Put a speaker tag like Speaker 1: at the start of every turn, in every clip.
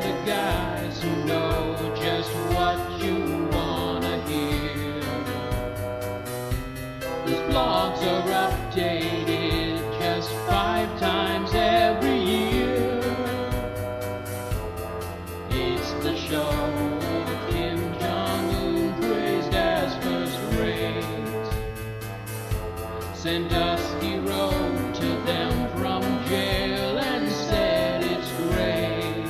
Speaker 1: the guys who know just what you wanna hear. These blogs are updated just five times every year. It's the show of Kim Jong Un praised as first rate. Sandusky wrote to them from jail and said it's great.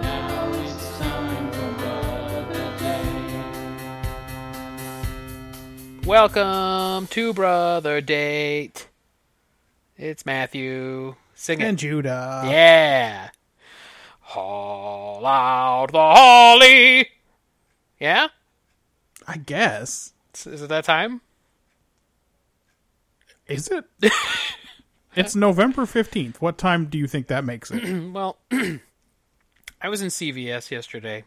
Speaker 1: Now it's time for Brother Day.
Speaker 2: Welcome to Brother Date. It's Matthew. Sing it.
Speaker 3: and Judah.
Speaker 2: yeah. Haul out the holly. Yeah?
Speaker 3: I guess.
Speaker 2: Is- Is it that time?
Speaker 3: Is it? it's November 15th. What time do you think that makes it?
Speaker 2: Well, I was in CVS yesterday,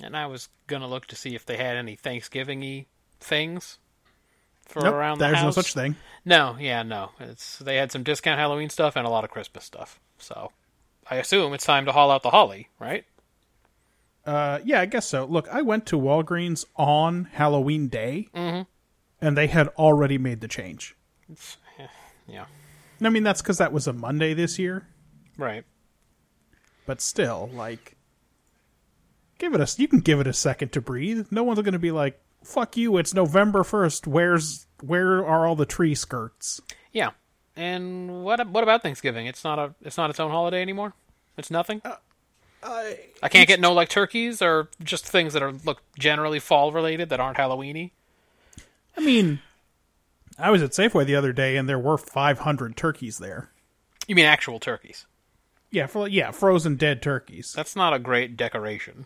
Speaker 2: and I was gonna look to see if they had any Thanksgiving-y things for
Speaker 3: nope,
Speaker 2: around the
Speaker 3: there's no
Speaker 2: house.
Speaker 3: such thing.
Speaker 2: No, yeah, no. It's they had some discount Halloween stuff and a lot of Christmas stuff. So I assume it's time to haul out the holly, right?
Speaker 3: Uh, yeah, I guess so. Look, I went to Walgreens on Halloween Day,
Speaker 2: Mm-hmm.
Speaker 3: and they had already made the change.
Speaker 2: Yeah,
Speaker 3: And I mean, that's because that was a Monday this year,
Speaker 2: right.
Speaker 3: but still, like, give it a. You can give it a second to breathe. No one's going to be like, "Fuck you!" It's November first. Where's where are all the tree skirts?
Speaker 2: Yeah. And what what about Thanksgiving? It's not a it's not its own holiday anymore. It's nothing. I can't get no like turkeys or just things that are look generally fall related that aren't Halloweeny.
Speaker 3: I mean, I was at Safeway the other day, and there were 500 turkeys there.
Speaker 2: You mean actual turkeys?
Speaker 3: Yeah, for, yeah, frozen dead turkeys.
Speaker 2: That's not a great decoration.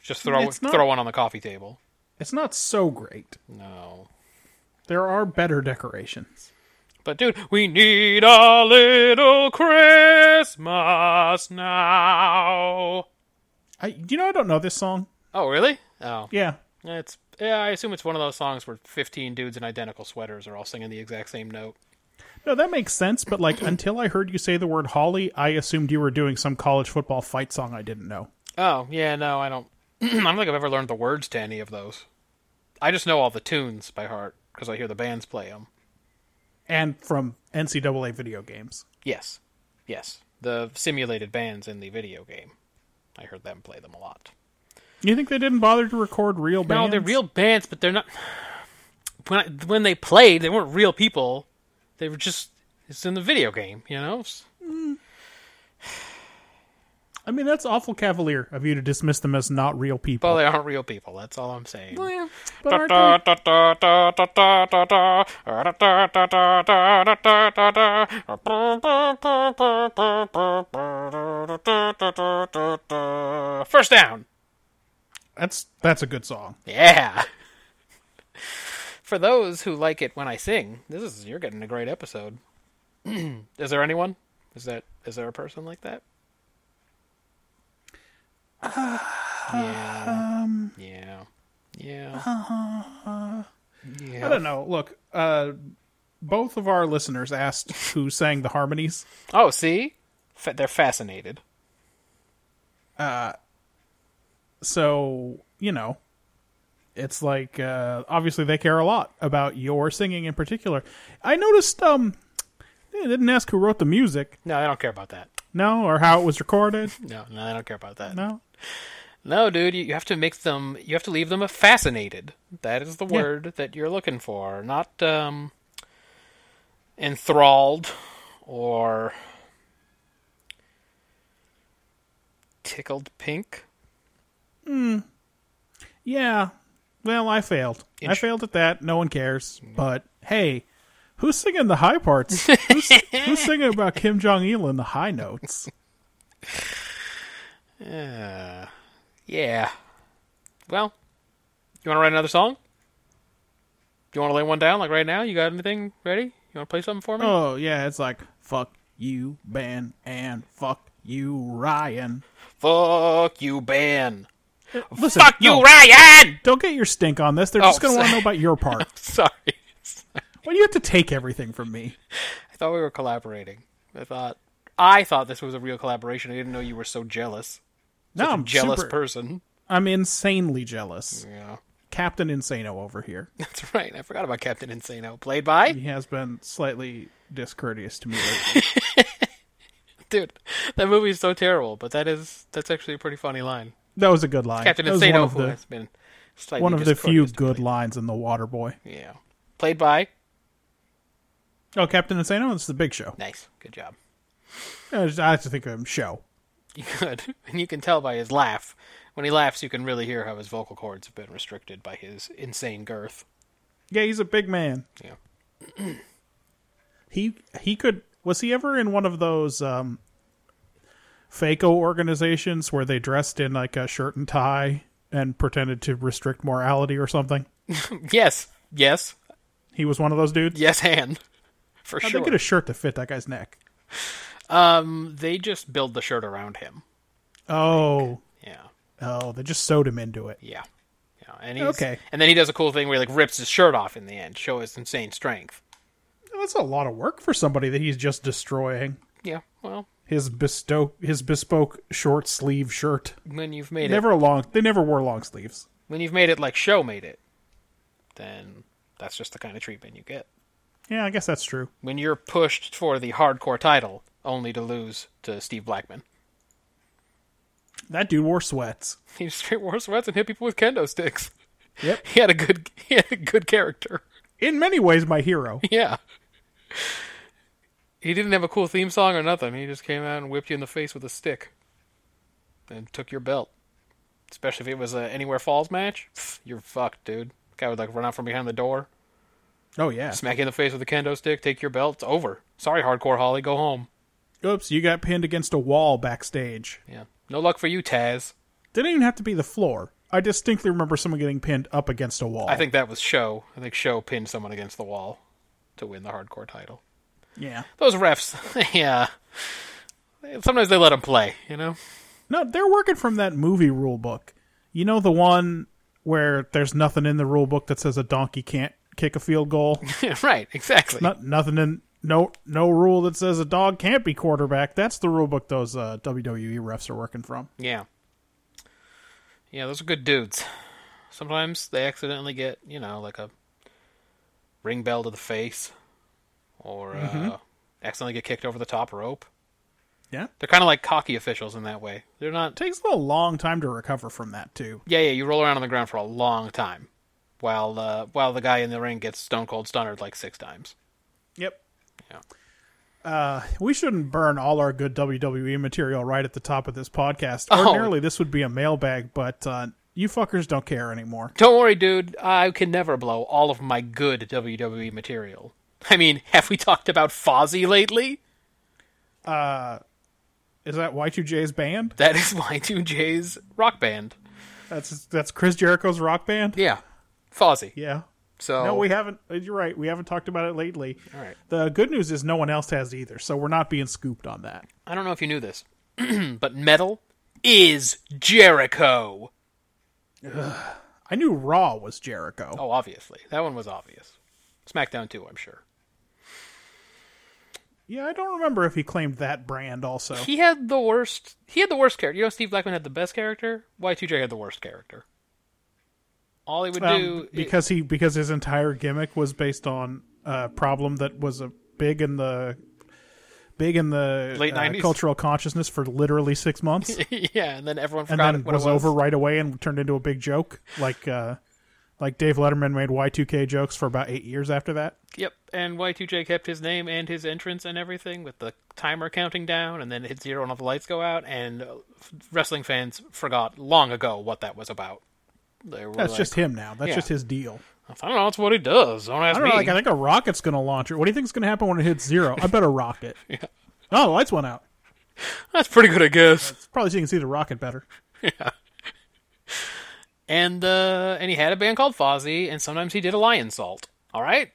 Speaker 2: Just throw
Speaker 3: It's not.
Speaker 2: throw one on the coffee table.
Speaker 3: It's not so great.
Speaker 2: No.
Speaker 3: There are better decorations.
Speaker 2: But dude, we need a little Christmas now.
Speaker 3: I, you know, I don't know this song.
Speaker 2: Oh, really? Oh.
Speaker 3: Yeah,
Speaker 2: It's yeah, I assume it's one of those songs where 15 dudes in identical sweaters are all singing the exact same note.
Speaker 3: no, that makes sense. But like, until I heard you say the word Holly, I assumed you were doing some college football fight song I didn't know.
Speaker 2: Oh, yeah, no, I don't I don't think I've ever learned the words to any of those. I just know all the tunes by heart because I hear the bands play them.
Speaker 3: And from NCAA video games.
Speaker 2: Yes. Yes. The simulated bands in the video game. I heard them play them a lot.
Speaker 3: You think they didn't bother to record real bands?
Speaker 2: No, they're real bands, but they're not. When I, when they played, they weren't real people. They were just it's in the video game, you know. S-
Speaker 3: I mean, that's awful cavalier of you to dismiss them as not real people.
Speaker 2: Well, they aren't real people. That's all I'm saying.
Speaker 3: But aren't they?
Speaker 2: First down.
Speaker 3: That's that's a good song.
Speaker 2: Yeah. For those who like it when I sing, this is you're getting a great episode. is there anyone? Is that is there a person like that? yeah. yeah. Yeah.
Speaker 3: I don't know. Look, uh, both of our listeners asked who sang the harmonies.
Speaker 2: Oh, see? Fa they're fascinated.
Speaker 3: So, you know, it's like uh, obviously they care a lot about your singing in particular. I noticed um they didn't ask who wrote the music,
Speaker 2: No, they don't care about that.
Speaker 3: no, or how it was recorded.
Speaker 2: No, no, they don't care about that.
Speaker 3: No.
Speaker 2: No, dude, you, you have to make them. You have to leave them fascinated. That is the
Speaker 3: Yeah.
Speaker 2: word that you're looking for, not um, enthralled or tickled pink.
Speaker 3: Yeah. Well, I failed. I
Speaker 2: Int-
Speaker 3: failed at that. No one cares. But hey, who's singing the high parts? who's, who's singing about Kim Jong Il in the high notes?
Speaker 2: Yeah. Well, you want to write another song? You want to lay one down like right now? You got anything ready? You want to play something for me?
Speaker 3: Oh yeah, it's like fuck you, Ben, and fuck you, Ryan.
Speaker 2: Fuck you, Ben.
Speaker 3: Listen,
Speaker 2: Fuck you,
Speaker 3: no,
Speaker 2: Ryan.
Speaker 3: Don't get your stink on this. They're
Speaker 2: Oh,
Speaker 3: just going to want to
Speaker 2: sorry.
Speaker 3: know about your part.
Speaker 2: Sorry.
Speaker 3: Why do you have to take everything from me?
Speaker 2: I thought we were collaborating. I thought I thought this was a real collaboration. I didn't know you were so jealous.
Speaker 3: No, I'm
Speaker 2: jealous
Speaker 3: super-
Speaker 2: person.
Speaker 3: I'm insanely jealous.
Speaker 2: Yeah.
Speaker 3: Captain Insano over here.
Speaker 2: That's right. I forgot about Captain Insano, played by
Speaker 3: He has been slightly discourteous to me lately.
Speaker 2: dude. That movie's so terrible, but that is that's actually a pretty funny line.
Speaker 3: that was a good line.
Speaker 2: Captain
Speaker 3: that was
Speaker 2: Insano, who
Speaker 3: one of
Speaker 2: has been
Speaker 3: the,
Speaker 2: slightly
Speaker 3: one of the few
Speaker 2: discourteous to
Speaker 3: good
Speaker 2: play.
Speaker 3: lines in The Water Boy.
Speaker 2: Yeah, played by
Speaker 3: Oh, Captain Insano? It's the big show.
Speaker 2: nice. Good job.
Speaker 3: I just I have to think of him show.
Speaker 2: Good, and you can tell by his laugh. When he laughs, you can really hear how his vocal cords have been restricted by his insane girth.
Speaker 3: Yeah, he's a big man.
Speaker 2: Yeah.
Speaker 3: He he could was he ever in one of those um FACO organizations where they dressed in like a shirt and tie and pretended to restrict morality or something?
Speaker 2: Yes, yes,
Speaker 3: He was one of those dudes?
Speaker 2: yes, and for
Speaker 3: How'd
Speaker 2: sure.
Speaker 3: they get a shirt to fit that guy's neck?
Speaker 2: Um, they just build the shirt around him.
Speaker 3: Oh.
Speaker 2: Yeah.
Speaker 3: Oh, they just sewed him into it.
Speaker 2: Yeah. Yeah. And he's,
Speaker 3: Okay.
Speaker 2: And then he does a cool thing where he like rips his shirt off in the end, show his insane strength.
Speaker 3: That's a lot of work for somebody that he's just destroying.
Speaker 2: Yeah. Well,
Speaker 3: His bestow his bespoke short sleeve shirt.
Speaker 2: when you've made it,
Speaker 3: Never long they never wore long sleeves.
Speaker 2: when you've made it like show made it, then that's just the kind of treatment you get.
Speaker 3: Yeah, I guess that's true.
Speaker 2: When you're pushed for the hardcore title, only to lose to Steve Blackman.
Speaker 3: That dude wore sweats.
Speaker 2: He straight wore sweats and hit people with kendo sticks.
Speaker 3: Yep.
Speaker 2: He had a good, he had a good character.
Speaker 3: In many ways my hero.
Speaker 2: Yeah. He didn't have a cool theme song or nothing. He just came out and whipped you in the face with a stick and took your belt. Especially if it was a Anywhere Falls match. Pfft, You're fucked, dude. Guy would like run out from behind the door,
Speaker 3: Oh yeah.
Speaker 2: smack you in the face with a kendo stick, take your belt. It's over. Sorry, Hardcore Holly. Go home.
Speaker 3: Oops, you got pinned against a wall backstage.
Speaker 2: Yeah. No luck for you, Taz.
Speaker 3: Didn't even have to be the floor. I distinctly remember someone getting pinned up against a wall.
Speaker 2: I think that was Show. I think Show pinned someone against the wall to win the Hardcore title.
Speaker 3: Yeah.
Speaker 2: Those refs, yeah. Sometimes they let them play, you know?
Speaker 3: No, they're working from that movie rule book. You know the one where there's nothing in the rule book that says a donkey can't kick a field goal?
Speaker 2: right, exactly.
Speaker 3: Not nothing in no no rule that says a dog can't be quarterback. That's the rule book those uh, WWE refs are working from.
Speaker 2: Yeah. Yeah, those are good dudes. Sometimes they accidentally get, you know, like a ring bell to the face or uh, accidentally get kicked over the top rope.
Speaker 3: Yeah.
Speaker 2: They're kind of like cocky officials in that way. They're not.
Speaker 3: Takes a long time to recover from that too.
Speaker 2: Yeah, yeah, you roll around on the ground for a long time while uh, while the guy in the ring gets stone cold stunnered like six times.
Speaker 3: Yep.
Speaker 2: Yeah.
Speaker 3: Uh, We shouldn't burn all our good WWE material right at the top of this podcast.
Speaker 2: Oh.
Speaker 3: Ordinarily, this would be a mailbag, but uh, you fuckers don't care anymore.
Speaker 2: Don't worry, dude. I can never blow all of my good WWE material. I mean, have we talked about Fozzy lately?
Speaker 3: Is that Y2J's band?
Speaker 2: That is Y2J's rock band.
Speaker 3: That's that's Chris Jericho's rock band.
Speaker 2: Yeah, Fozzy.
Speaker 3: Yeah.
Speaker 2: So
Speaker 3: No, we haven't. uh, You're right. We haven't talked about it lately.
Speaker 2: Oh. All right.
Speaker 3: The good news is no one else has either, so we're not being scooped on that.
Speaker 2: I don't know if you knew this, but metal is Jericho.
Speaker 3: I knew Raw was Jericho.
Speaker 2: Oh, obviously, that one was obvious. SmackDown too, I'm sure.
Speaker 3: Yeah, I don't remember if he claimed that brand. Also,
Speaker 2: He had the worst. He had the worst character. You know, Steve Blackman had the best character. Y2J had the worst character. All he would
Speaker 3: Um,
Speaker 2: do
Speaker 3: because he because his entire gimmick was based on a problem that was a big in the big in the uh,
Speaker 2: Late 90s?
Speaker 3: cultural consciousness for literally six months,
Speaker 2: yeah, and then everyone
Speaker 3: and
Speaker 2: forgot
Speaker 3: then
Speaker 2: what
Speaker 3: was,
Speaker 2: it was
Speaker 3: over right away and turned into a big joke. Like uh, like Dave Letterman made Y two K jokes for about eight years after that.
Speaker 2: Yep, and Y2J kept his name and his entrance and everything with the timer counting down, and then it hit zero and all the lights go out, and uh, f- wrestling fans forgot long ago what that was about. They were
Speaker 3: That's
Speaker 2: like,
Speaker 3: just him now. That's
Speaker 2: Yeah.
Speaker 3: just his deal.
Speaker 2: I don't know, that's what he does. Don't ask
Speaker 3: I don't know.
Speaker 2: me.
Speaker 3: Like, I think a rocket's going to launch it. What do you think's going to happen when it hits zero? I bet a rocket. Oh, the lights went out.
Speaker 2: That's pretty good, I guess.
Speaker 3: It's probably so you can see the rocket better.
Speaker 2: And uh, and he had a band called Fozzy, and sometimes he did a lion salt. All right,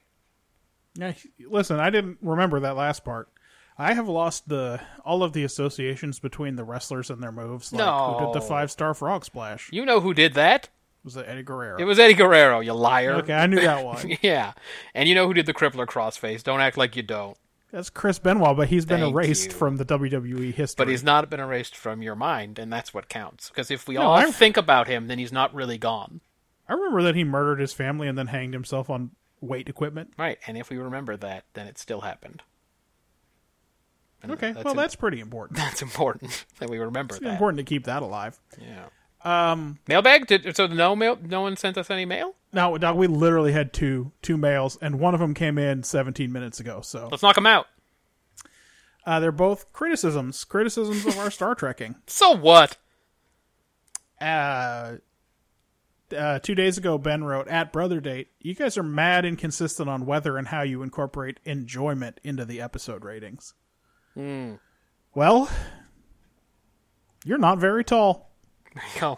Speaker 3: Yeah, he- listen, I didn't remember that last part. I have lost the all of the associations between the wrestlers and their moves. Like who did
Speaker 2: No.
Speaker 3: the five star frog splash?
Speaker 2: You know who did that?
Speaker 3: Was it Eddie Guerrero?
Speaker 2: It was Eddie Guerrero, you liar.
Speaker 3: okay, I knew that one.
Speaker 2: yeah. And you know who did the crippler crossface. Don't act like you don't.
Speaker 3: That's Chris Benoit, but he's been
Speaker 2: Thank
Speaker 3: erased
Speaker 2: you.
Speaker 3: from the WWE history.
Speaker 2: But he's not been erased from your mind, and that's what counts. Because if we
Speaker 3: No,
Speaker 2: all
Speaker 3: I'm-
Speaker 2: think about him, then he's not really gone.
Speaker 3: I remember that he murdered his family and then hanged himself on weight equipment.
Speaker 2: Right. And if we remember that, then it still happened. And
Speaker 3: Okay,
Speaker 2: that's
Speaker 3: well
Speaker 2: im-
Speaker 3: that's pretty important.
Speaker 2: that's important that we remember
Speaker 3: It's
Speaker 2: that.
Speaker 3: important to keep that alive.
Speaker 2: Yeah.
Speaker 3: Um,
Speaker 2: Mailbag? Did, so no mail? No one sent us any mail?
Speaker 3: now, now we literally had two two males, and one of them came in 17 minutes ago. So
Speaker 2: Let's knock him out.
Speaker 3: uh, they're both criticisms, criticisms of our Star Trekking.
Speaker 2: So what?
Speaker 3: Uh, uh, two days ago, Ben wrote at brother date. You guys are mad inconsistent on whether and how you incorporate enjoyment into the episode ratings.
Speaker 2: Hmm.
Speaker 3: Well, you're not very tall.
Speaker 2: No.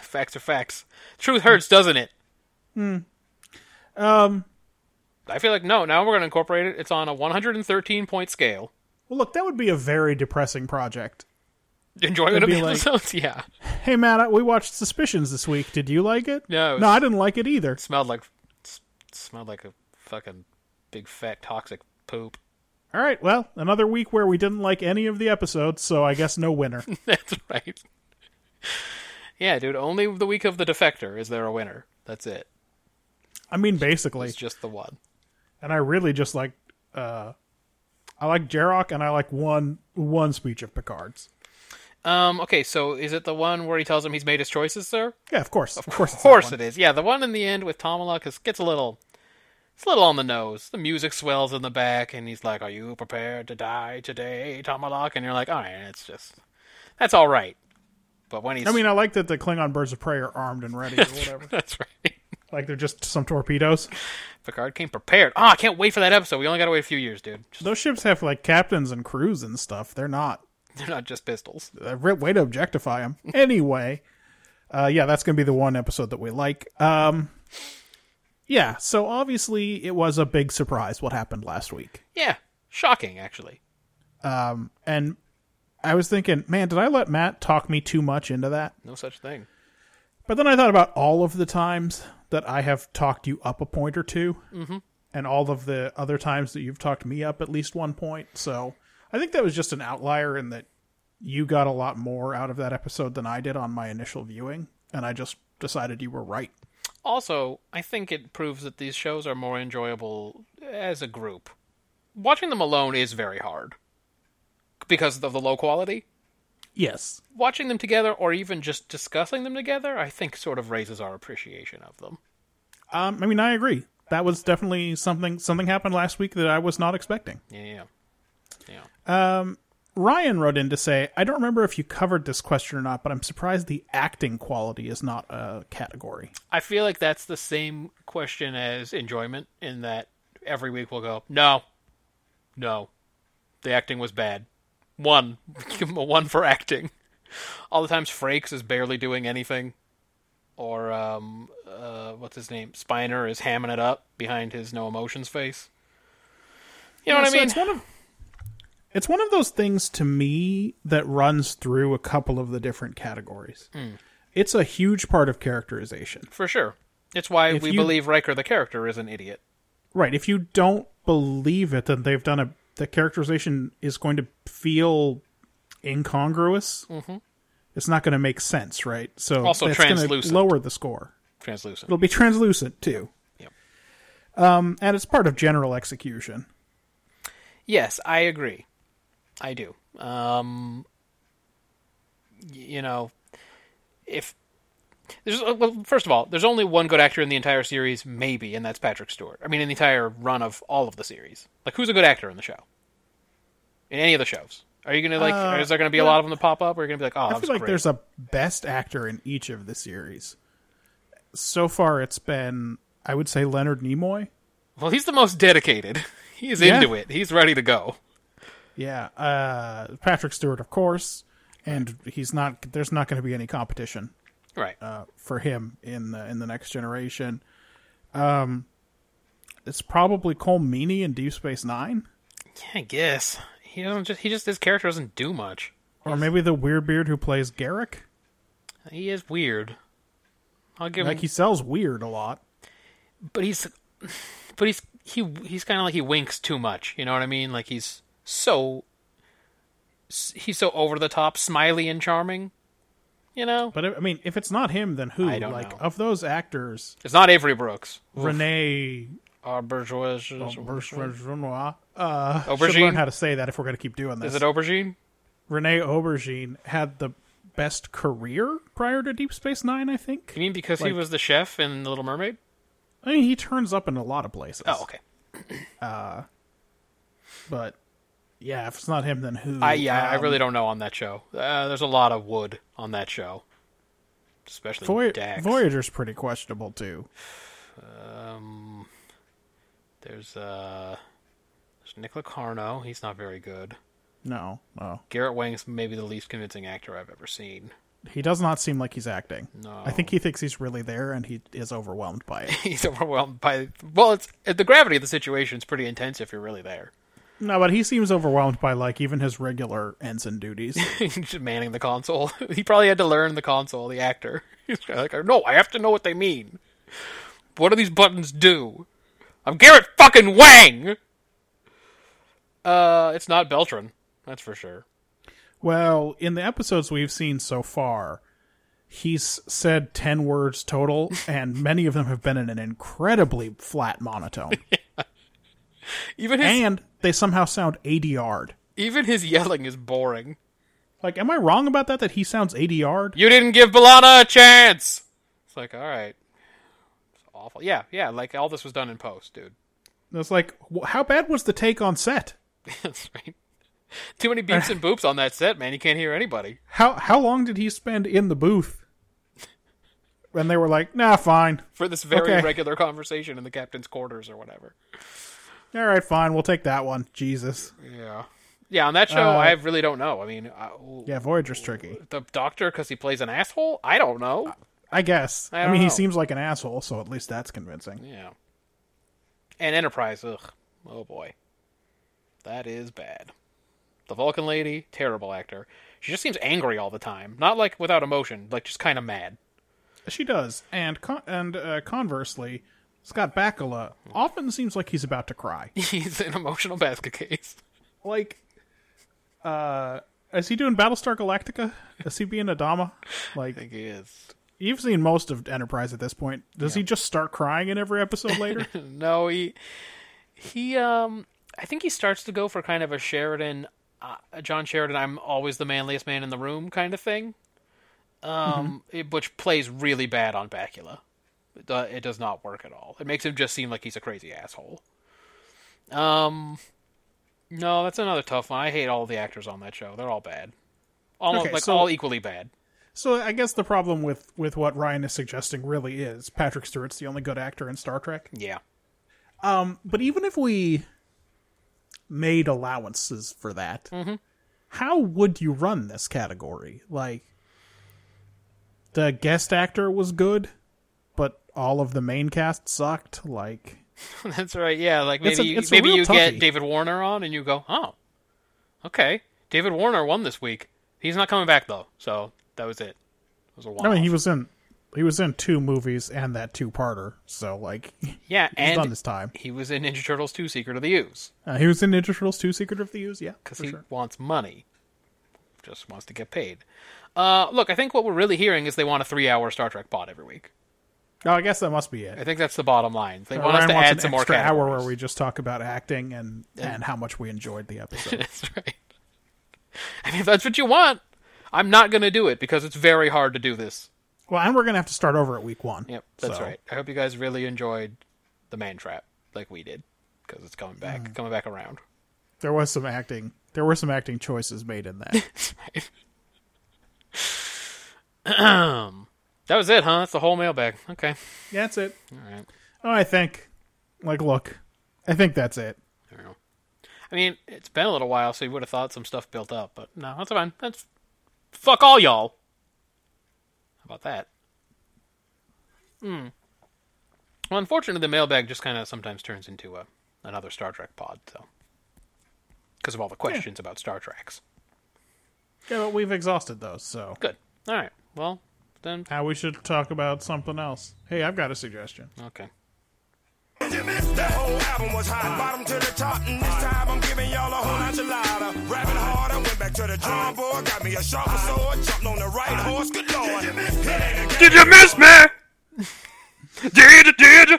Speaker 2: Facts are facts. Truth hurts, doesn't it? Hmm. Um. I feel like no. Now we're going to incorporate it. It's on a 113 point scale.
Speaker 3: Well, look, that would be a very depressing project.
Speaker 2: Enjoyment of
Speaker 3: It'd
Speaker 2: the
Speaker 3: be like-
Speaker 2: episodes. Yeah.
Speaker 3: Hey, Matt, I- we watched Suspicions this week. Did you like it?
Speaker 2: No, it was-
Speaker 3: no, I didn't like it either.
Speaker 2: smelled like s- smelled like a fucking big fat toxic poop.
Speaker 3: All right, well, another week where we didn't like any of the episodes, so I guess no winner.
Speaker 2: That's right. Yeah, dude. Only the week of the defector is there a winner. That's it.
Speaker 3: I mean, basically.
Speaker 2: It's just the one.
Speaker 3: and I really just like uh I like Jarrock and I like one one speech of Picard's.
Speaker 2: Um. Okay. So is it the one where he tells him he's made his choices, sir?
Speaker 3: Yeah, of course. Of course.
Speaker 2: Of course it is. Yeah, the one in the end with Tomalak is gets a little, it's a little on the nose. The music swells in the back, and he's like, "Are you prepared to die today, Tomalak?" And you're like, "All right, it's just, that's all right." But when he's,
Speaker 3: I mean, I like that the Klingon birds of prey are armed and ready or whatever.
Speaker 2: that's right.
Speaker 3: like they're just some torpedoes.
Speaker 2: Picard came prepared. Ah, I can't wait for that episode. We only got to wait a few years, dude. Just,
Speaker 3: Those ships have like captains and crews and stuff. They're not
Speaker 2: they're not just pistols.
Speaker 3: a re- way to objectify them. Anyway, uh, yeah, that's going to be the one episode that we like. Um, yeah, so obviously it was a big surprise what happened last week.
Speaker 2: Yeah, shocking actually.
Speaker 3: And I was thinking, man, did I let Matt talk me too much into that?
Speaker 2: No such thing.
Speaker 3: But then I thought about all of the times that I have talked you up a point or 2 and all of the other times that you've talked me up at least one point. So I think that was just an outlier in that you got a lot more out of that episode than I did on my initial viewing, and I just decided you were right.
Speaker 2: Also, I think it proves that these shows are more enjoyable as a group. Watching them alone is very hard because of the low quality.
Speaker 3: Yes.
Speaker 2: Watching them together or even just discussing them together, I think sort of raises our appreciation of them.
Speaker 3: Um, I mean, I agree. That was definitely something. Something happened last week that I was not expecting.
Speaker 2: Yeah. Yeah.
Speaker 3: Ryan wrote in to say, "I don't remember if you covered this question or not, but I'm surprised the acting quality is not a category."
Speaker 2: I feel like that's the same question as enjoyment in that every week we'll go, "No. No. The acting was bad. One. Give him a one for acting." All the times Frakes is barely doing anything or um uh what's his name? Spiner is hamming it up behind his no emotions face. You know
Speaker 3: Yeah,
Speaker 2: what
Speaker 3: so
Speaker 2: I mean?
Speaker 3: It's one of it's one of those things to me that runs through a couple of the different categories.
Speaker 2: Hmm.
Speaker 3: It's a huge part of characterization,
Speaker 2: For sure. It's why we
Speaker 3: you-
Speaker 2: believe Riker the character is an idiot.
Speaker 3: right? If you don't believe it, then they've done a the characterization is going to feel incongruous. Mm-hmm. It's not going to make sense, right? So
Speaker 2: Also
Speaker 3: that's gonna
Speaker 2: translucent.
Speaker 3: lower the score.
Speaker 2: Translucent.
Speaker 3: It'll be translucent too.
Speaker 2: Yep.
Speaker 3: Um, and it's part of general execution.
Speaker 2: Yes, I agree. I do. Um, y- you know, if there's uh, well, first of all, there's only one good actor in the entire series, maybe, and that's Patrick Stewart. I mean, in the entire run of all of the series, like who's a good actor in the show? In any of the shows, are you gonna like?
Speaker 3: Uh,
Speaker 2: is there gonna be a
Speaker 3: yeah.
Speaker 2: lot of them that pop up? Or are you gonna be like, oh,
Speaker 3: I
Speaker 2: that was
Speaker 3: feel like
Speaker 2: great.
Speaker 3: there's a best actor in each of the series. So far, it's been I would say Leonard Nimoy.
Speaker 2: Well, he's the most dedicated. He's
Speaker 3: Yeah.
Speaker 2: into it. He's ready to go.
Speaker 3: Yeah, uh, Patrick Stewart, of course, and he's not. There's not going to be any competition
Speaker 2: Right.
Speaker 3: uh, for him in the in the next generation. Um, it's probably Cole Meany in Deep Space Nine.
Speaker 2: yeah, I guess. He doesn't just he just his character doesn't do much.
Speaker 3: Or maybe the weird beard who plays Garrick.
Speaker 2: He is weird. I'll give
Speaker 3: Like
Speaker 2: him,
Speaker 3: he sells weird a lot.
Speaker 2: but he's but he's he he's kind of like he winks too much. You know what I mean? Like he's so he's so over the top, smiley and charming. You know,
Speaker 3: But I- I mean, if it's not him, then who?
Speaker 2: I don't
Speaker 3: like
Speaker 2: know.
Speaker 3: of those actors,
Speaker 2: it's not Avery Brooks.
Speaker 3: Renee
Speaker 2: Aubergine.
Speaker 3: Aubergine. Uh, should learn how
Speaker 2: Aubergine.
Speaker 3: to say that if we're going to keep doing this.
Speaker 2: Is it aubergine?
Speaker 3: Renee Aubergine had the best career prior to Deep Space Nine, I think.
Speaker 2: You mean because he
Speaker 3: Like-
Speaker 2: was the chef in The Little Mermaid?
Speaker 3: I mean, he turns up in a lot of places.
Speaker 2: Oh, okay.
Speaker 3: But yeah, if it's not him, then who?
Speaker 2: I yeah, I
Speaker 3: Um,
Speaker 2: really don't know on that show. Uh, there's a lot of wood on that show, especially
Speaker 3: Voy-
Speaker 2: Dax.
Speaker 3: Voyager's pretty questionable too.
Speaker 2: Um, there's uh, there's Nicola Carno. He's not very good.
Speaker 3: No, no,
Speaker 2: Garrett Wang's maybe the least convincing actor I've ever seen.
Speaker 3: he does not seem like he's acting.
Speaker 2: No.
Speaker 3: I think he thinks he's really there, and he is overwhelmed by it.
Speaker 2: He's overwhelmed by well, it's the gravity of the situation is pretty intense if you're really there,
Speaker 3: no, but he seems overwhelmed by like even his regular ensign duties.
Speaker 2: Just manning the console. he probably had to learn the console. The actor. He's kinda like, no, I have to know what they mean. What do these buttons do? I'm Garrett fucking Wang. Uh, it's not Beltran. That's for sure.
Speaker 3: Well, in the episodes we've seen so far, he's said 10 words total, and many of them have been in an incredibly flat monotone.
Speaker 2: Even his
Speaker 3: and they somehow sound ADR'd.
Speaker 2: even his yelling is boring.
Speaker 3: Like, am I wrong about that? That he sounds ADR'd?
Speaker 2: You didn't give Balana a chance. It's like, all right, it's awful. Yeah, yeah. Like all this was done in post, dude.
Speaker 3: And It's like, wh- how bad was the take on set?
Speaker 2: That's right. Too many beeps and boops on that set, man. You can't hear anybody.
Speaker 3: How, how long did he spend in the booth? And they were like, nah, fine.
Speaker 2: For this very
Speaker 3: Okay.
Speaker 2: regular conversation in the captain's quarters or whatever.
Speaker 3: All right, fine. We'll take that one. Jesus.
Speaker 2: Yeah. Yeah, on that show, I really don't know. I mean, I,
Speaker 3: Yeah, Voyager's tricky.
Speaker 2: the doctor, because he plays an asshole? I don't know.
Speaker 3: I guess.
Speaker 2: I
Speaker 3: I,
Speaker 2: don't
Speaker 3: mean,
Speaker 2: know.
Speaker 3: he seems like an asshole, so at least that's convincing.
Speaker 2: Yeah. And Enterprise, ugh. Oh boy. That is bad. The Vulcan lady, terrible actor. She just seems angry all the time. Not like without emotion, like just kind of mad.
Speaker 3: She does, and con- and uh, conversely, Scott Bakula often seems like he's about to cry.
Speaker 2: He's an emotional basket case.
Speaker 3: like, uh, is he doing Battlestar Galactica? Is he being Adama? Like,
Speaker 2: He is.
Speaker 3: you've seen most of Enterprise at this point. Does he just start crying in every episode later?
Speaker 2: No, he he um I think he starts to go for kind of a Sheridan uh, John Sheridan I'm always the manliest man in the room kind of thing. Um
Speaker 3: Mm-hmm.
Speaker 2: it- which plays really bad on Bakula. It, do- it does not work at all. It makes him just seem like he's a crazy asshole. Um no, that's another tough one. I hate all the actors on that show. They're all bad. Almost
Speaker 3: Okay,
Speaker 2: like
Speaker 3: so-
Speaker 2: all equally bad.
Speaker 3: so I guess the problem with with what Ryan is suggesting really is Patrick Stewart's the only good actor in Star Trek.
Speaker 2: Yeah.
Speaker 3: Um, But even if we made allowances for that,
Speaker 2: Mm-hmm.
Speaker 3: how would you run this category? Like, the guest actor was good, but all of the main cast sucked. Like,
Speaker 2: That's right. Yeah, like maybe
Speaker 3: It's a- it's a
Speaker 2: maybe
Speaker 3: real
Speaker 2: you get
Speaker 3: toughie.
Speaker 2: David Warner on and you go, "Oh. Okay. David Warner won this week. He's not coming back though." So, that was it. It was a one.
Speaker 3: I mean, he was in he was in two movies and that two parter, so like, he's
Speaker 2: yeah, and
Speaker 3: done this time.
Speaker 2: he was in Ninja Turtles 2: Secret of the Ooze
Speaker 3: Uh, he was in Ninja Turtles Two: Secret of the Ooze. Yeah,
Speaker 2: cuz
Speaker 3: for
Speaker 2: he
Speaker 3: sure.
Speaker 2: wants money. Just wants to get paid. Uh, look, I think what we're really hearing is they want a 3-hour Star Trek pod every week.
Speaker 3: No, Oh, I guess that must be
Speaker 2: I
Speaker 3: it.
Speaker 2: think that's the bottom line. They want
Speaker 3: Ryan
Speaker 2: us to
Speaker 3: wants
Speaker 2: add
Speaker 3: an
Speaker 2: some more
Speaker 3: extra hour
Speaker 2: categories.
Speaker 3: where we just talk about acting and and how much we enjoyed the episode.
Speaker 2: That's right. I mean, if that's what you want, I'm not going to do it because it's very hard to do this
Speaker 3: Well, and we're gonna have to start over at week one.
Speaker 2: Yep, that's
Speaker 3: so-
Speaker 2: right. I hope you guys really enjoyed the Man Trap like we did because it's coming back, coming back around.
Speaker 3: There was some acting. There were some acting choices made in that.
Speaker 2: That was it, huh? That's the whole mailbag. Okay,
Speaker 3: Yeah, that's it.
Speaker 2: all right.
Speaker 3: Oh, I think. Like, look, I think that's it.
Speaker 2: I don't know. I mean, it's been a little while, so you would have thought some stuff built up, but no, that's fine. That's fuck all y'all. How about that? Hmm. Well, uh, unfortunately, the mailbag just kind of sometimes turns into a another Star Trek pod. So because of all the questions about Star Treks.
Speaker 3: Yeah, but we've exhausted those, so
Speaker 2: Good. All right. Well, then
Speaker 3: now we should talk about something else. Hey, I've got a suggestion.
Speaker 2: okay.
Speaker 4: That whole album was hot, bottom to the top, and this time I'm giving y'all a whole enchilada. Rapping hard, I went back to the drawing board, got me a sharper sword, jumped on the right horse, good lord. It ain't a
Speaker 2: Did you miss me? did you? Did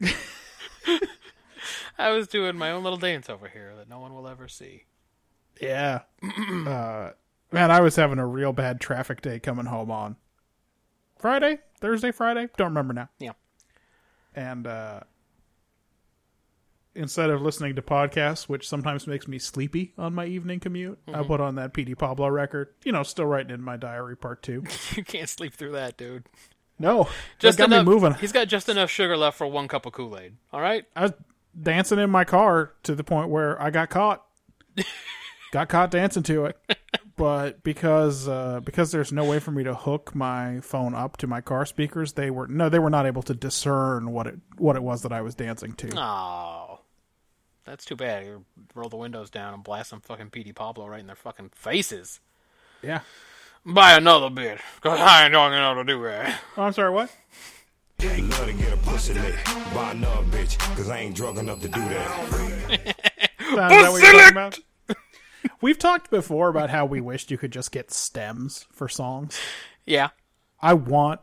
Speaker 2: you? I was doing my own little dance over here that no one will ever see.
Speaker 3: Yeah. uh, man, I was having a real bad traffic day coming home on Friday, Thursday, Friday. Don't remember now.
Speaker 2: Yeah.
Speaker 3: And uh, instead of listening to podcasts, which sometimes makes me sleepy on my evening commute, I put on that PD Pablo record. You know, still writing in my diary part two.
Speaker 2: You can't sleep through that, dude.
Speaker 3: No,
Speaker 2: Just
Speaker 3: just got
Speaker 2: enough,
Speaker 3: me moving.
Speaker 2: He's got just enough sugar left for one cup of Kool Aid. All right.
Speaker 3: I was dancing in my car to the point where I got caught. got caught dancing to it. But because uh, because there's no way for me to hook my phone up to my car speakers, they were no, they were not able to discern what it what it was that I was dancing to.
Speaker 2: Oh, that's too bad. You roll the windows down and blast some fucking PD Pablo right in their fucking faces.
Speaker 3: Yeah.
Speaker 2: Buy another bit, cause I ain't talking how to do that.
Speaker 3: Oh, I'm sorry. What?
Speaker 4: Love to get a pussy lick by another bitch, cause I ain't drunk enough to do that.
Speaker 3: Sound- is that what you're talking about? We've talked before about how we wished you could just get stems for songs.
Speaker 2: Yeah.
Speaker 3: I want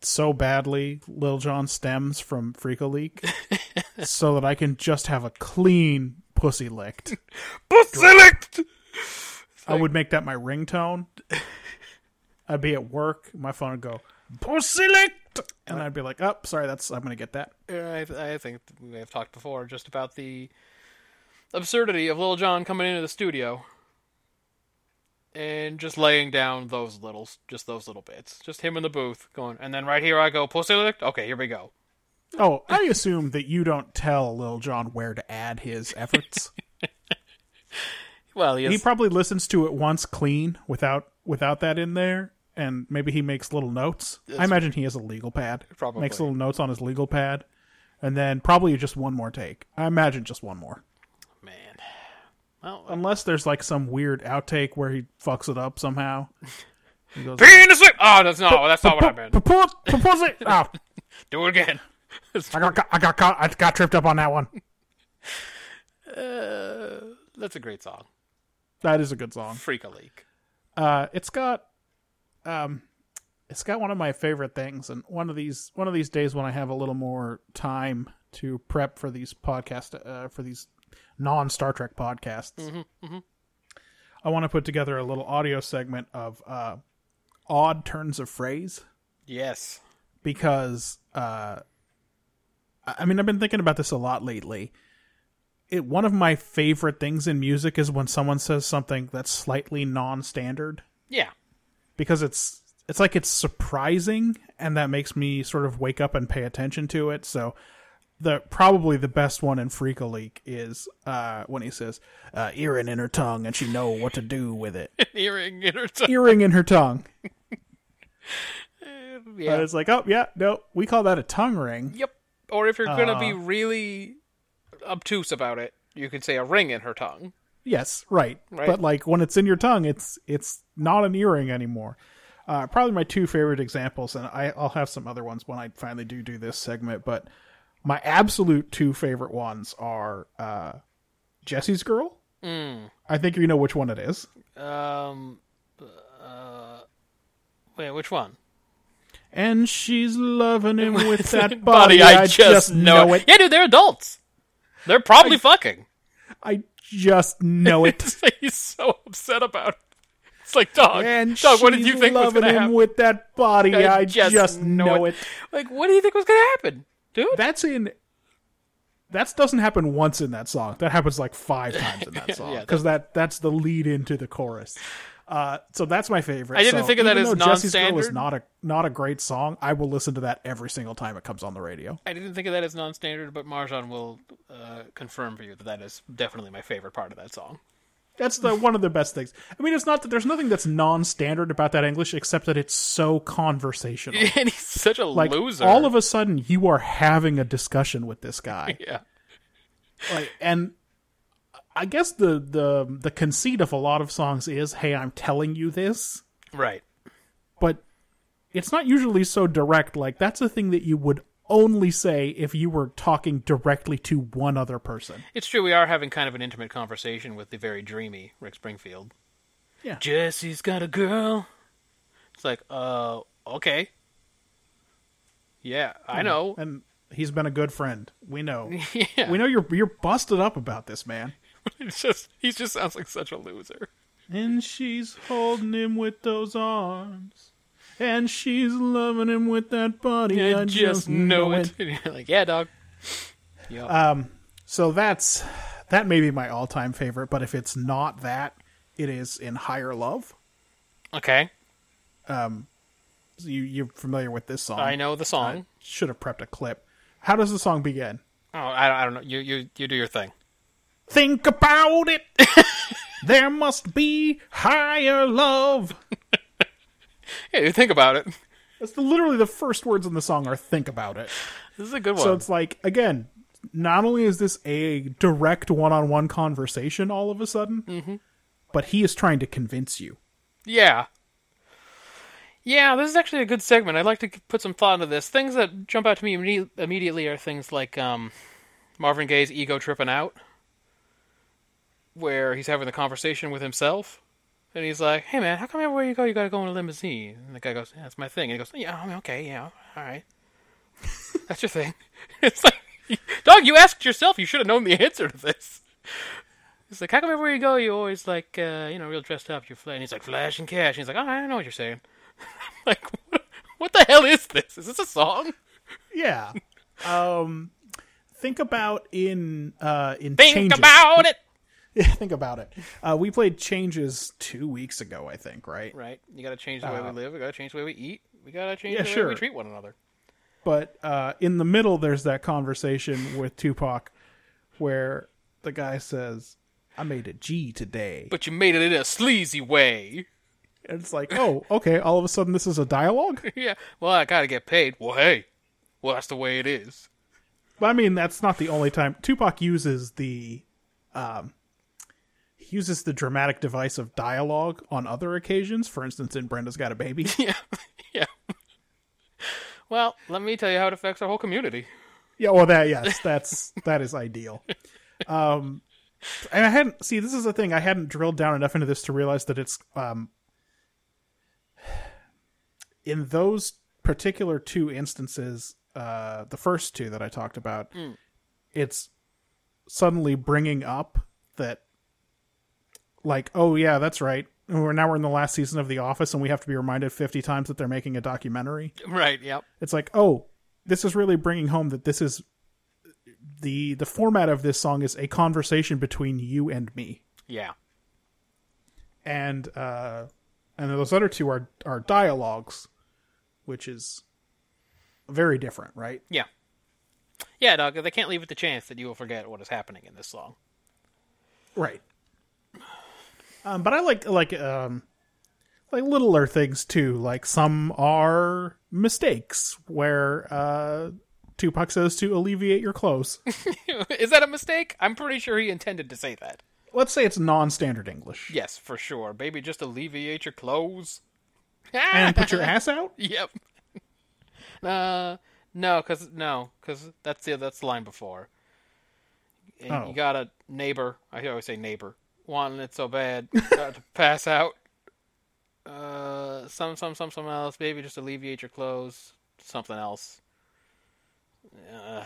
Speaker 3: so badly Lil Jon stems from Freaka Leak so that I can just have a clean pussy licked.
Speaker 2: Select.
Speaker 3: I would make that my ringtone. I'd be at work, my phone would go pussy licked, and I'd be like, "Up, oh, sorry, that's I'm gonna get that."
Speaker 2: I, I think we may have talked before just about the absurdity of Lil Jon coming into the studio and just laying down those little, just those little bits, just him in the booth going, and then right here I go pussy licked. Okay, here we go.
Speaker 3: Oh, I assume that you don't tell Lil Jon where to add his efforts.
Speaker 2: Well, he, is-
Speaker 3: he probably listens to it once clean without without that in there and maybe he makes little notes i imagine he has a legal pad
Speaker 2: Probably.
Speaker 3: makes little notes on his legal pad and then probably just one more take i imagine just one more
Speaker 2: man. Well,
Speaker 3: unless there's like some weird outtake where he fucks it up somehow he goes
Speaker 2: penis lick. Oh, that's not. That's not what I meant.
Speaker 3: "Propose- propose it." Oh,
Speaker 2: Do it again.
Speaker 3: I got, ca- I got, caught. I got tripped up on that one.
Speaker 2: That's a great song.
Speaker 3: That is a good song.
Speaker 2: Freak a leak.
Speaker 3: Uh, it's got, um, it's got one of my favorite things, and one of these one of these days when I have a little more time to prep for these podcast uh, for these non Star Trek podcasts, I want to put together a little audio segment of uh, odd turns of phrase
Speaker 2: Yes.
Speaker 3: because uh, I I mean I've been thinking about this a lot lately. It, one of my favorite things in music is when someone says something that's slightly non-standard
Speaker 2: Yeah.
Speaker 3: because it's it's like it's surprising and that makes me sort of wake up and pay attention to it so the probably the best one in freak leak is uh when he says uh earring in her tongue and she know what to do with it
Speaker 2: Earring in her tongue.
Speaker 3: earring in her tongue
Speaker 2: Yeah.
Speaker 3: and it's like oh yeah no we call that a tongue ring
Speaker 2: Yep. Or if you're gonna be really obtuse about it, you could say a ring in her tongue.
Speaker 3: yes right.
Speaker 2: Right.
Speaker 3: but like when it's in your tongue it's it's not an earring anymore uh probably my two favorite examples and I, i'll have some other ones when i finally do do this segment but my absolute two favorite ones are uh, Jesse's Girl. I think you know which one it is.
Speaker 2: Um. Uh. Wait, which one?
Speaker 3: And she's loving him with that body. I, just, know it.
Speaker 2: Yeah, dude, they're adults. They're probably fucking.
Speaker 3: I just know it.
Speaker 2: He's so upset about it. It's like, dog, dog,
Speaker 3: And she's
Speaker 2: what did you think was
Speaker 3: loving
Speaker 2: gonna
Speaker 3: him
Speaker 2: happen?
Speaker 3: with that body. I, just, know, it.
Speaker 2: Like, what do you think was gonna happen, dude?
Speaker 3: That's in. That doesn't happen once in that song. That happens like five times in that song
Speaker 2: Yeah,
Speaker 3: because that that's the lead into the chorus. Uh, so that's my favorite.
Speaker 2: I didn't
Speaker 3: So
Speaker 2: think of that
Speaker 3: even
Speaker 2: as
Speaker 3: though Jesse's Girl
Speaker 2: non-standard.
Speaker 3: is not a not a great song. I will listen to that every single time it comes on the radio.
Speaker 2: I didn't think of that as non-standard, but Marjan will uh, confirm for you that that is definitely my favorite part of that song.
Speaker 3: That's the one of the best things. I mean, it's not that there's nothing that's non-standard about that English except that it's so conversational.
Speaker 2: And he's such a
Speaker 3: Like
Speaker 2: loser.
Speaker 3: all of a sudden, you are having a discussion with this guy.
Speaker 2: yeah,
Speaker 3: like and I guess the the the conceit of a lot of songs is, "Hey, I'm telling you this,"
Speaker 2: Right.
Speaker 3: but it's not usually so direct. Like that's a thing that you would only say if you were talking directly to one other person.
Speaker 2: It's true. We are having kind of an intimate conversation with the very dreamy Rick Springfield.
Speaker 3: Yeah.
Speaker 2: Jesse's got a girl. It's like, uh, okay. Yeah,
Speaker 3: Hmm.
Speaker 2: I know.
Speaker 3: And he's been a good friend. We know.
Speaker 2: Yeah.
Speaker 3: We know you're you're busted up about this man.
Speaker 2: It's just he just sounds like such a loser.
Speaker 3: And she's holding him with those arms. And she's loving him with that body. I just, know it.
Speaker 2: And you're like, yeah, dog. Yeah.
Speaker 3: So that's that may be my all time favorite, but if it's not that, it is in higher love.
Speaker 2: okay,
Speaker 3: So you you're familiar with this song.
Speaker 2: I know the song.
Speaker 3: Should have prepped a clip. How does the song begin?
Speaker 2: oh, I, I don't know. You you you do your thing.
Speaker 3: Think about it. there must be higher love.
Speaker 2: Yeah, you think about it.
Speaker 3: That's the, literally the first words in the song are think about it.
Speaker 2: This is a good one.
Speaker 3: So it's like again, not only is this a direct one-on-one conversation all of a sudden,
Speaker 2: Mm-hmm.
Speaker 3: but he is trying to convince you.
Speaker 2: Yeah. Yeah, this is actually a good segment. I'd like to c- put some thought into this. Things that jump out to me imme- immediately are things like um, Marvin Gaye's ego tripping out, where he's having the conversation with himself, and he's like, "Hey, man, how come everywhere you go, you gotta go in a limousine?" And the guy goes, "Yeah, "That's my thing." And he goes, "Yeah, I mean, okay, yeah, all right, that's your thing." it's like, dog, you asked yourself. You should have known the answer to this. It's like, how come everywhere you go, you always like, uh, you know, real dressed up, you're fla-" And he's like, flash and cash. And he's like, oh, I know what you're saying. like, what, what the hell is this? Is this a song?
Speaker 3: Yeah. um, think about in uh in
Speaker 2: Think
Speaker 3: changes.
Speaker 2: about it.
Speaker 3: think about it. Uh, we played changes two weeks ago, I think, right?
Speaker 2: Right. You got to change the way we live. We got to change the way we eat. We got to change
Speaker 3: Uh, Yeah,
Speaker 2: the way
Speaker 3: sure.
Speaker 2: we treat one another.
Speaker 3: But uh, in the middle, there's that conversation with Tupac, where the guy says, "I made a G today."
Speaker 2: But you made it in a sleazy way.
Speaker 3: And it's like, oh, okay. All of a sudden, this is a dialogue.
Speaker 2: yeah. Well, I got to get paid. Well, hey. Well, that's the way it is.
Speaker 3: But I mean, that's not the only time Tupac uses the, um, he uses the dramatic device of dialogue on other occasions. For instance, in Brenda's Got a Baby.
Speaker 2: Yeah. yeah. well, let me tell you how it affects our whole community.
Speaker 3: yeah, well, that yes, that's that is ideal. Um, and I hadn't see this is the thing I hadn't drilled down enough into this to realize that it's um, in those particular two instances, uh, the first two that I talked about, it's suddenly bringing up that, like, oh yeah, that's right. We're now we're in the last season of The Office, and we have to be reminded fifty times that they're making a documentary
Speaker 2: Right. Yep.
Speaker 3: it's like oh this is really bringing home that this is the the format of this song is a conversation between you and me
Speaker 2: Yeah.
Speaker 3: and uh and those other two are are dialogues which is very different right
Speaker 2: Yeah. Yeah, dog. They can't leave it the chance that you will forget what is happening in this song.
Speaker 3: right um but i like like um like littler things too like some are mistakes where uh tupac says to alleviate your clothes
Speaker 2: is that a mistake? I'm pretty sure he intended to say that.
Speaker 3: let's say it's non-standard english
Speaker 2: Yes, for sure. Baby, just alleviate your clothes. Ah!
Speaker 3: and put your ass out
Speaker 2: Yep. uh, no, cause no, cause that's the that's the line before. And
Speaker 3: Oh.
Speaker 2: You got a neighbor. I always say neighbor wanting it so bad got to pass out. Uh, some some some some else. Baby, just alleviate your clothes. Something else. Uh,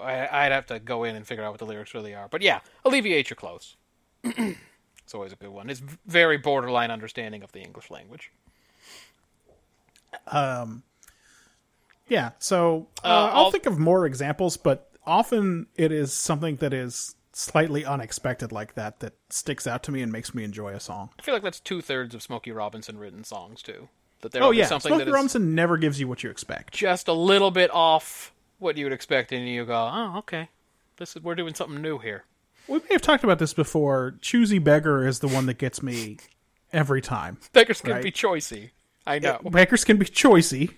Speaker 2: I, I'd have to go in and figure out what the lyrics really are. But yeah, alleviate your clothes. it's always a good one. It's v- very borderline understanding of the English language.
Speaker 3: Yeah, so uh,
Speaker 2: I'll-
Speaker 3: I'll think of more examples, but often it is something that is slightly unexpected like that that sticks out to me and makes me enjoy a song.
Speaker 2: I feel like that's two thirds of Smokey Robinson written songs too. That there
Speaker 3: Oh
Speaker 2: will be
Speaker 3: yeah,
Speaker 2: something
Speaker 3: Smokey
Speaker 2: that is
Speaker 3: Robinson never gives you what you expect.
Speaker 2: just a little bit off what you would expect, and you go, "Oh, okay, this is we're doing something new here."
Speaker 3: We may have talked about this before. Choosy beggar is the one that gets me every time.
Speaker 2: Beggars can
Speaker 3: Right.
Speaker 2: be choicy. I know.
Speaker 3: Beggars can be choicy.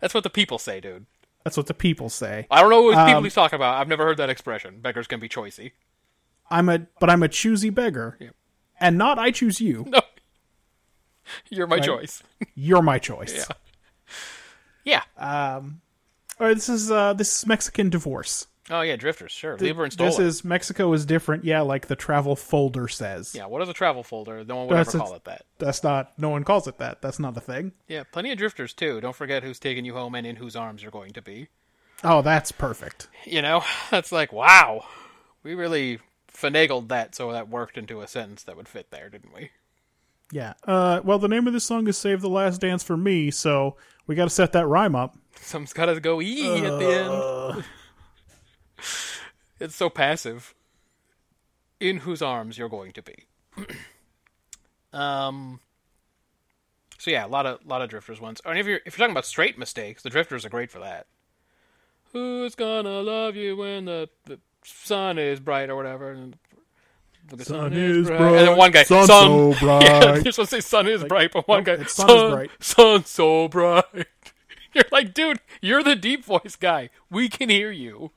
Speaker 2: That's what the people say, dude.
Speaker 3: That's what the people say. Um,
Speaker 2: I don't know what people he's talking about. I've never heard that expression. Beggars can be choicy.
Speaker 3: I'm a but I'm a choosy beggar, and not I choose you.
Speaker 2: No. You're my choice.
Speaker 3: You're my choice.
Speaker 2: Yeah. Yeah.
Speaker 3: Uh, All right, this is uh, this is Mexican divorce.
Speaker 2: oh yeah, drifters. Sure. Libra and Stola.
Speaker 3: This is Mexico is different. Yeah, like the travel folder says.
Speaker 2: yeah. What is a travel folder? No one would
Speaker 3: That's
Speaker 2: ever
Speaker 3: a-
Speaker 2: call it that.
Speaker 3: That's not. No one calls it that. That's not a thing.
Speaker 2: Yeah. Plenty of drifters too. Don't forget who's taking you home and in whose arms you're going to be.
Speaker 3: Oh, that's perfect.
Speaker 2: You know, that's like wow. We really finagled that so that worked into a sentence that would fit there, didn't we?
Speaker 3: Yeah. Uh, well, the name of this song is "Save the Last Dance for Me," so we got to set that rhyme up.
Speaker 2: Some's got to go e at
Speaker 3: Uh.
Speaker 2: the end. it's so passive. In whose arms you're going to be. um. So yeah, a lot of lot of drifters ones. And if you're if you're talking about straight mistakes, the drifters are great for that. Who's gonna love you when the, the sun is bright or whatever? And the
Speaker 3: Sun is
Speaker 2: And then
Speaker 3: bright,
Speaker 2: one guy,
Speaker 3: sun so
Speaker 2: Yeah,
Speaker 3: bright.
Speaker 2: you're supposed to say sun is bright, but one
Speaker 3: nope,
Speaker 2: guy,
Speaker 3: it's sun is bright.
Speaker 2: sun so bright. You're like, dude, you're the deep voice guy. We can hear you.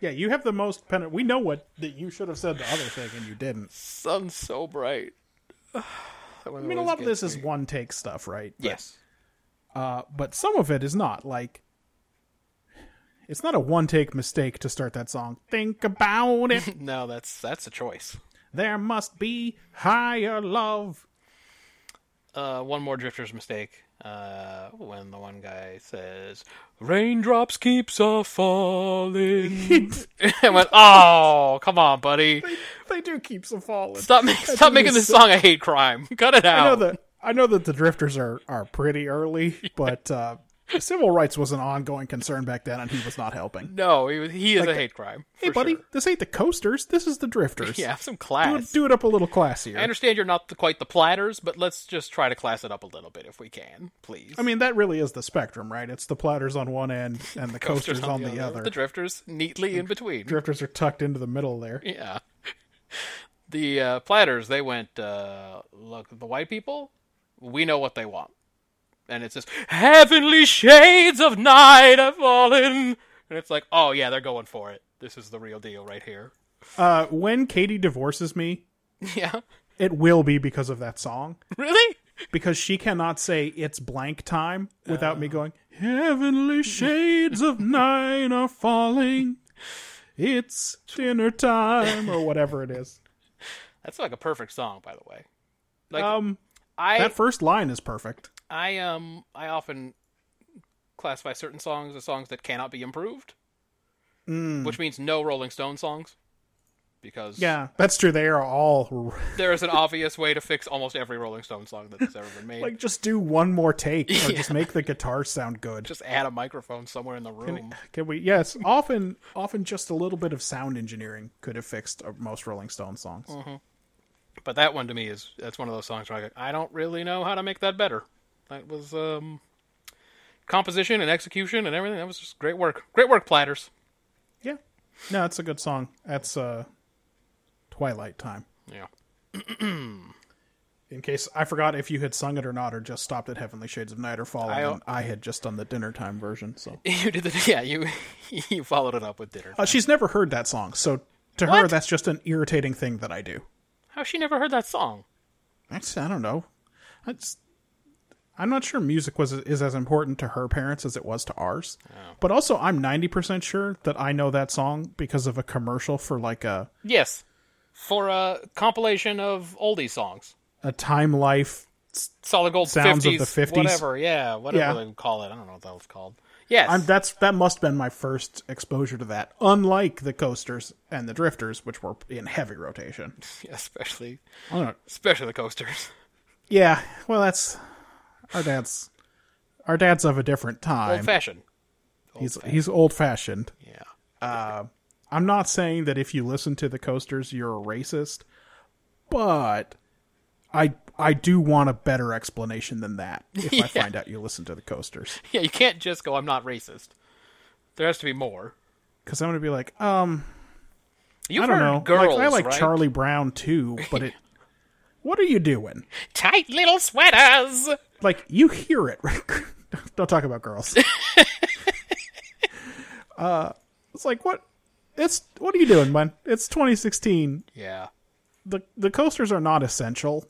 Speaker 3: Yeah, you have the most pen. We know what that you should have said the other thing and you didn't.
Speaker 2: Sun so bright. I
Speaker 3: I mean, a lot of this is one take stuff, right?
Speaker 2: yes.
Speaker 3: but some of it is not like it's not a one take mistake to start that song think about it
Speaker 2: No, that's that's a choice.
Speaker 3: there must be higher love
Speaker 2: Uh, one more drifter's mistake. Uh, when the one guy says, "Raindrops keeps a falling," I went, "Oh, come on, buddy!
Speaker 3: they do keep some falling
Speaker 2: Stop, ma- stop making this song a hate crime. Cut it out."
Speaker 3: i know that i know that the drifters are are pretty early but uh civil rights was an ongoing concern back then and he was not helping
Speaker 2: No, he, was- he is a hate crime.
Speaker 3: hey
Speaker 2: for
Speaker 3: buddy
Speaker 2: sure.
Speaker 3: this ain't the coasters this is the drifters
Speaker 2: Yeah, have some
Speaker 3: do
Speaker 2: class.
Speaker 3: it, do it up a little
Speaker 2: I
Speaker 3: classier
Speaker 2: understand you're not the, quite the platters, but let's just try to class it up a little bit if we can, please.
Speaker 3: I mean, that really is the spectrum, right? It's the platters on one end and the coasters, on, the, other.
Speaker 2: The drifters neatly in between.
Speaker 3: drifters are tucked into the middle there.
Speaker 2: yeah. The uh, platters, they went, uh, look, the white people, we know what they want. And it's just, heavenly shades of night have fallen. And it's like, oh, yeah, they're going for it. This is the real deal right here.
Speaker 3: Uh, when Katie divorces me,
Speaker 2: Yeah.
Speaker 3: it will be because of that song.
Speaker 2: Really?
Speaker 3: Because she cannot say it's blank time without
Speaker 2: Oh.
Speaker 3: me going, Heavenly shades of night are falling. It's dinner time or whatever it is.
Speaker 2: That's like a perfect song, by the way. Like,
Speaker 3: Um,
Speaker 2: I,
Speaker 3: that first line is perfect.
Speaker 2: I um I often classify certain songs as songs that cannot be improved, which means no Rolling Stone songs, because
Speaker 3: Mm. Yeah, that's true. They are all
Speaker 2: there is an obvious way to fix almost every Rolling Stone song that has ever been made.
Speaker 3: like just do one more take or just make the guitar sound good.
Speaker 2: just add a microphone somewhere in the room.
Speaker 3: Can we? Yes, often, often just a little bit of sound engineering could have fixed uh, most Rolling Stone songs.
Speaker 2: Mm-hmm. But that one to me is that's one of those songs where I go, I don't really know how to make that better. That was um composition and execution and everything. That was just great work. Great work, platters.
Speaker 3: Yeah. No, it's a good song. That's uh Twilight Time.
Speaker 2: Yeah.
Speaker 3: In case I forgot if you had sung it or not or just stopped at Heavenly Shades of Night or Fallen
Speaker 2: I-
Speaker 3: I, and I had just done the dinner time version, so.
Speaker 2: You did the yeah, you you followed it up with dinner.
Speaker 3: Uh, she's never heard that song, so to her
Speaker 2: What?
Speaker 3: that's just an irritating thing that I do.
Speaker 2: How she never heard that song?
Speaker 3: That's, I don't know. That's I'm not sure music was is as important to her parents as it was to ours.
Speaker 2: Oh.
Speaker 3: But also I'm 90% sure that I know that song because of a commercial for like a
Speaker 2: Yes, for a compilation of oldie songs,
Speaker 3: a Time Life
Speaker 2: solid gold
Speaker 3: Sounds of
Speaker 2: 50s,
Speaker 3: the 50s.
Speaker 2: whatever. Yeah, whatever
Speaker 3: Yeah.
Speaker 2: they call it. I don't know what that was called. Yes,
Speaker 3: I'm, that's that must have been my first exposure to that. Unlike the coasters and the drifters, which were in heavy rotation.
Speaker 2: especially
Speaker 3: I don't know.
Speaker 2: especially the coasters.
Speaker 3: Yeah, well, that's our dad's. Our dad's of a different time.
Speaker 2: Old fashioned.
Speaker 3: he's he's old fashioned.
Speaker 2: Yeah,
Speaker 3: I'm not saying that if you listen to the coasters, you're a racist, but I I do want a better explanation than that. If I find out you listen to the coasters,
Speaker 2: yeah. You can't just go. I'm not racist. There has to be more.
Speaker 3: because I'm gonna be like, um,
Speaker 2: You've
Speaker 3: I don't
Speaker 2: heard
Speaker 3: know.
Speaker 2: girls,
Speaker 3: like, I like
Speaker 2: right?
Speaker 3: Charlie Brown too, but it. what are you doing?
Speaker 2: Tight little sweaters.
Speaker 3: Like you hear it. Right? Don't talk about girls. uh, it's like what? It's what are you doing, man? It's 2016.
Speaker 2: Yeah.
Speaker 3: the The coasters are not essential.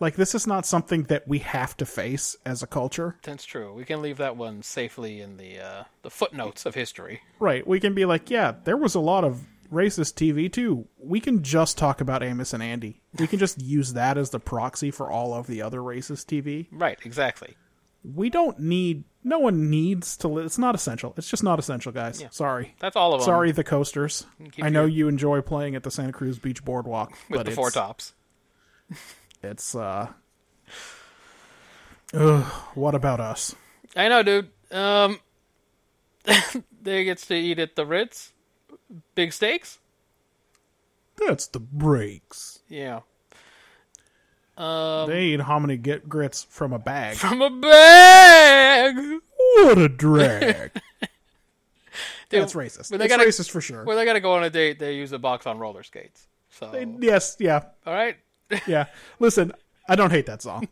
Speaker 3: Like this is not something that we have to face as a culture,
Speaker 2: That's true. We can leave that one safely in the uh, the footnotes of history.
Speaker 3: right? We can be like, yeah, there was a lot of racist TV too. We can just talk about Amos and Andy. We can just use that as the proxy for all of the other racist TV.
Speaker 2: Right. Exactly.
Speaker 3: We don't need. No one needs to. Li- it's not essential. It's just not essential, guys. Sorry.
Speaker 2: That's all of them.
Speaker 3: Sorry, the coasters.
Speaker 2: um, Keep
Speaker 3: I know
Speaker 2: your-
Speaker 3: you enjoy playing at the Santa Cruz Beach Boardwalk
Speaker 2: With
Speaker 3: but
Speaker 2: the four
Speaker 3: it's-
Speaker 2: tops.
Speaker 3: It's uh, ugh, what about us?
Speaker 2: I know, dude. Um, they gets to eat at the Ritz, big steaks.
Speaker 3: That's the breaks.
Speaker 2: Yeah. Um,
Speaker 3: they eat hominy get grits from a bag.
Speaker 2: From a bag.
Speaker 3: what a drag!
Speaker 2: Dude,
Speaker 3: That's racist.
Speaker 2: when they
Speaker 3: That's
Speaker 2: gotta-
Speaker 3: racist for sure.
Speaker 2: When they gotta go on a date, they use a box on roller skates. So,
Speaker 3: yes, yeah,
Speaker 2: all right.
Speaker 3: yeah. Listen, I don't hate that song.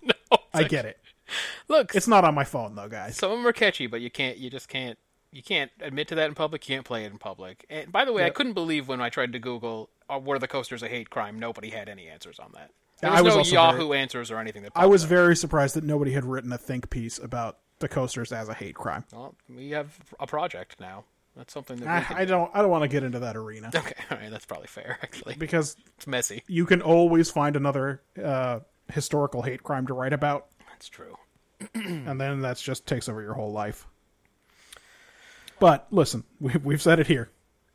Speaker 3: I get it.
Speaker 2: Look,
Speaker 3: It's not on my phone though, guys.
Speaker 2: some of them are catchy, but you can't. You just can't. You can't admit to that in public. You can't play it in public. And by the way, I couldn't believe when I tried to Google uh, "Were the coasters a hate crime?" Nobody had any answers on that. There
Speaker 3: Yeah,
Speaker 2: was,
Speaker 3: I was
Speaker 2: no
Speaker 3: also
Speaker 2: Yahoo answers or anything. That
Speaker 3: I was
Speaker 2: popped
Speaker 3: very surprised that nobody had written a think piece about the coasters as a hate crime.
Speaker 2: up. Well, we have a project now. That's something that we
Speaker 3: I,
Speaker 2: can
Speaker 3: I don't. I don't want to get into that arena
Speaker 2: Okay, all right, that's probably fair. Actually,
Speaker 3: because
Speaker 2: it's messy.
Speaker 3: you can always find another uh, historical hate crime to write about,
Speaker 2: That's true.
Speaker 3: and then that's just takes over your whole life. But listen, we, we've said it here.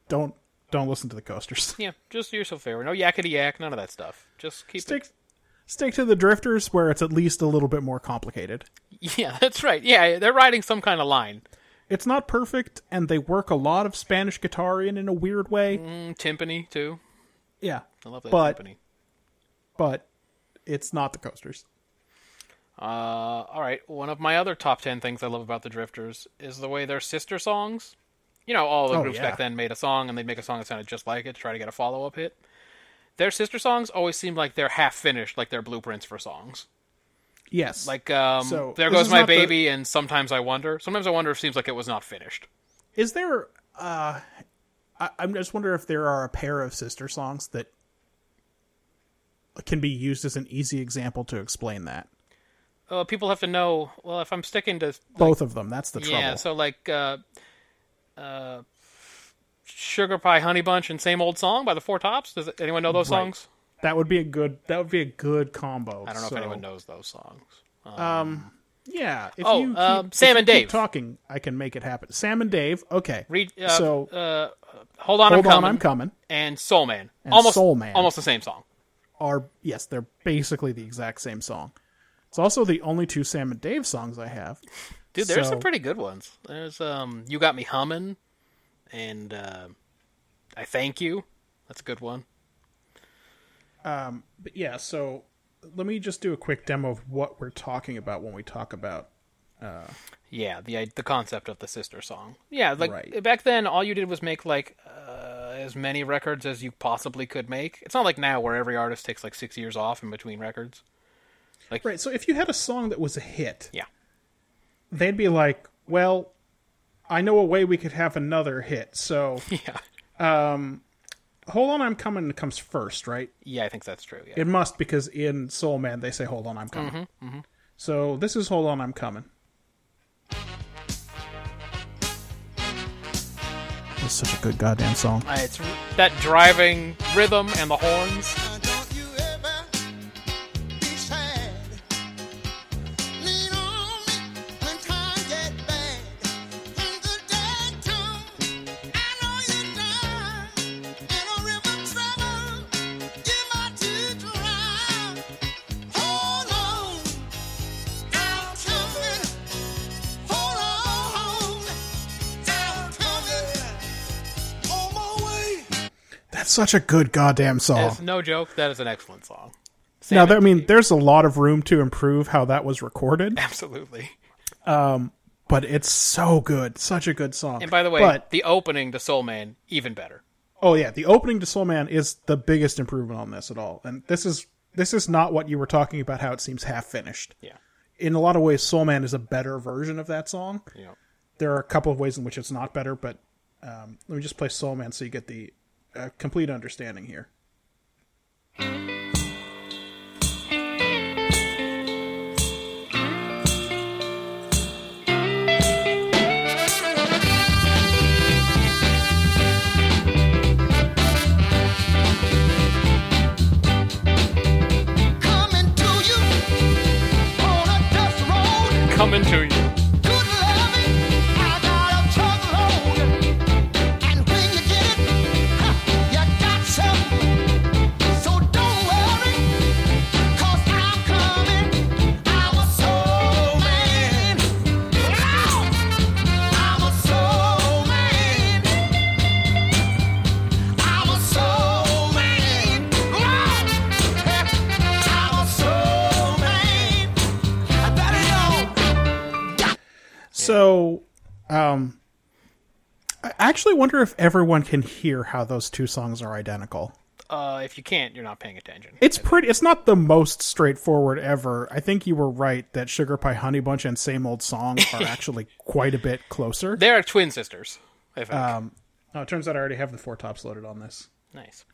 Speaker 3: Don't don't listen to the coasters.
Speaker 2: Yeah, just do yourself a favor. No yakety yak, none of that stuff. Just keep
Speaker 3: Stick stick to the drifters, where it's at least a little bit more complicated.
Speaker 2: it. Yeah, that's right. Yeah, they're riding some kind of line.
Speaker 3: It's not perfect, and they work a lot of Spanish guitar in in a weird way.
Speaker 2: Mm, timpani too.
Speaker 3: Yeah,
Speaker 2: I love that
Speaker 3: But-
Speaker 2: timpani.
Speaker 3: but it's not the coasters.
Speaker 2: Uh, all right. One of my other top ten things I love about the Drifters is the way their sister songs. You know, all the
Speaker 3: Oh,
Speaker 2: groups
Speaker 3: yeah.
Speaker 2: back then made a song, and they'd make a song that sounded just like it to try to get a follow up hit. Their sister songs always seem like they're half finished, like they're blueprints for songs.
Speaker 3: Yes,
Speaker 2: Like, um,
Speaker 3: So,
Speaker 2: "There
Speaker 3: this
Speaker 2: Goes
Speaker 3: is
Speaker 2: My
Speaker 3: not the-
Speaker 2: Baby," and "Sometimes I Wonder." Sometimes I wonder if it seems like it was not finished.
Speaker 3: Is there? Uh, I, I'm just wonder if there are a pair of sister songs that can be used as an easy example to explain that.
Speaker 2: uh, people have to know. Well, if I'm sticking to
Speaker 3: Both of them. That's the trouble.
Speaker 2: yeah, so like uh, uh, "Sugar Pie Honey Bunch" and "Same Old Song" by the Four Tops. Does anyone know those
Speaker 3: Right.
Speaker 2: songs?
Speaker 3: that would be a good. That would be a good combo.
Speaker 2: I don't know
Speaker 3: so-
Speaker 2: if anyone knows those songs.
Speaker 3: Yeah. If
Speaker 2: Oh,
Speaker 3: you keep,
Speaker 2: um,
Speaker 3: if
Speaker 2: Sam
Speaker 3: you
Speaker 2: and
Speaker 3: keep
Speaker 2: Dave.
Speaker 3: talking. I can make it happen. Sam and Dave. Okay.
Speaker 2: Read. Uh,
Speaker 3: so
Speaker 2: uh, hold on,
Speaker 3: hold
Speaker 2: I'm
Speaker 3: on,
Speaker 2: coming.
Speaker 3: I'm coming.
Speaker 2: And Soul Man, almost
Speaker 3: Soul Man.
Speaker 2: almost the same song.
Speaker 3: Are yes, they're basically the exact same song. It's also the only two Sam and Dave songs I have.
Speaker 2: Dude, there's some
Speaker 3: So-
Speaker 2: pretty good ones. There's um, "You Got Me Humming," and uh, "I Thank You." That's a good one.
Speaker 3: But yeah, so let me just do a quick demo of what we're talking about when we talk about.
Speaker 2: Yeah, the the concept of the sister song. Yeah, like
Speaker 3: Right.
Speaker 2: back then, all you did was make like uh, as many records as you possibly could make. It's not like now where every artist takes like six years off in between records.
Speaker 3: Right, so if you had a song that was a hit,
Speaker 2: Yeah,
Speaker 3: they'd be like, well, I know a way we could have another hit. So
Speaker 2: yeah,
Speaker 3: Hold On I'm Coming comes first, right?
Speaker 2: yeah. I think that's true. Yeah,
Speaker 3: It must because in Soul Man they say Hold On I'm Coming.
Speaker 2: Mm-hmm,
Speaker 3: So this is Hold On I'm Coming. That's such a good goddamn song.
Speaker 2: Uh, it's r- that driving rhythm and the horns.
Speaker 5: Don't you ever be sad. Lean on me when times get bad. When the day comes, I know you're done. In a river trouble, give my two drown. Hold on, I'm coming. Hold on, I'm coming. On my way.
Speaker 3: That's such a good goddamn song.
Speaker 2: It's no joke. That is an excellent song.
Speaker 3: Now,
Speaker 2: Sam
Speaker 3: there, I
Speaker 2: and
Speaker 3: mean,
Speaker 2: Dave.
Speaker 3: there's a lot of room to improve how that was recorded,
Speaker 2: absolutely.
Speaker 3: but it's so good, such a good song.
Speaker 2: And by the way,
Speaker 3: but
Speaker 2: the opening to Soul Man even better.
Speaker 3: oh yeah, the opening to Soul Man is the biggest improvement on this at all. And this is this is not what you were talking about. How it seems half finished.
Speaker 2: Yeah,
Speaker 3: In a lot of ways, Soul Man is a better version of that song.
Speaker 2: you know.
Speaker 3: There are a couple of ways in which it's not better, but Um, let me just play Soul Man so you get the uh, complete understanding here.
Speaker 6: Coming to you on a dust road.
Speaker 2: Coming to you.
Speaker 6: Good loving, I got a truckload, and when you get it, huh, you got some. So don't worry, 'cause I'm coming. I'm a soul man. I'm a soul man. I'm a soul man. I'm a soul man. That is all.
Speaker 3: So, um, I actually wonder if everyone can hear how those two songs are identical.
Speaker 2: Uh, if you can't, you're not paying attention.
Speaker 3: It's pretty. It's not the most straightforward ever. I think you were right that Sugar Pie Honey Bunch and Same Old Song are actually quite a bit closer.
Speaker 2: They are twin sisters. I think.
Speaker 3: Oh, it turns out I already have the four tops loaded on this.
Speaker 2: nice.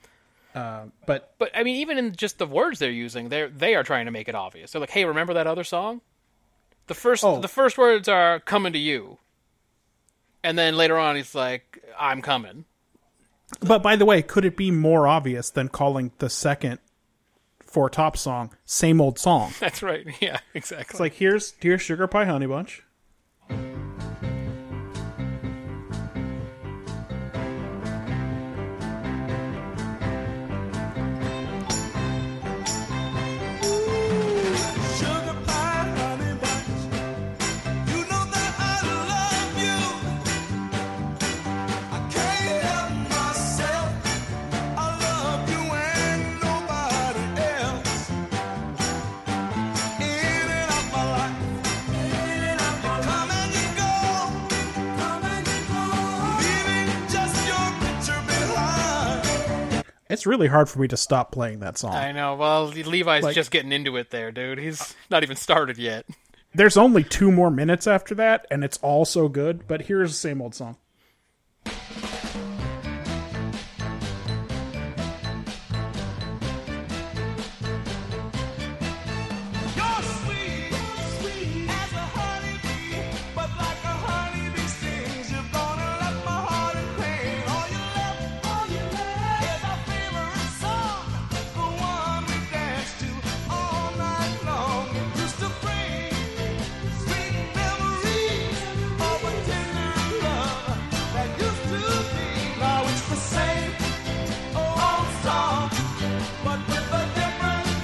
Speaker 3: Uh, But
Speaker 2: But I mean, even in just the words they're using, they're they are trying to make it obvious. They're like, "Hey, remember that other song?" The first
Speaker 3: Oh.
Speaker 2: the first words are "coming to you," and then later on, he's like, "I'm coming."
Speaker 3: but by the way, could it be more obvious than calling the second four top song Same Old Song?
Speaker 2: That's right. Yeah, exactly.
Speaker 3: It's like here's dear Sugar Pie Honey Bunch.
Speaker 5: Sugar pie, honey bunch. You know that I love you. I can't help myself. I love you and nobody else. In and out my life. In and out my life. Come and you go. Come and you go. Leaving just your picture behind.
Speaker 3: It's really hard for me to stop playing that song.
Speaker 2: I know. Well, Levi's
Speaker 3: Like-
Speaker 2: just getting into it there, dude. He's not even started yet.
Speaker 3: There's only two more minutes after that, and it's all so good. But here's the same old song.
Speaker 5: You're sweet, sweet as a honeybee, but like a honeybee stings, you're gonna let my heart in pain. All you left, all you left is our favorite song, the one we danced to all night long. It used to bring sweet memories of a tender love that used to be. Now it's the same old song, but with a different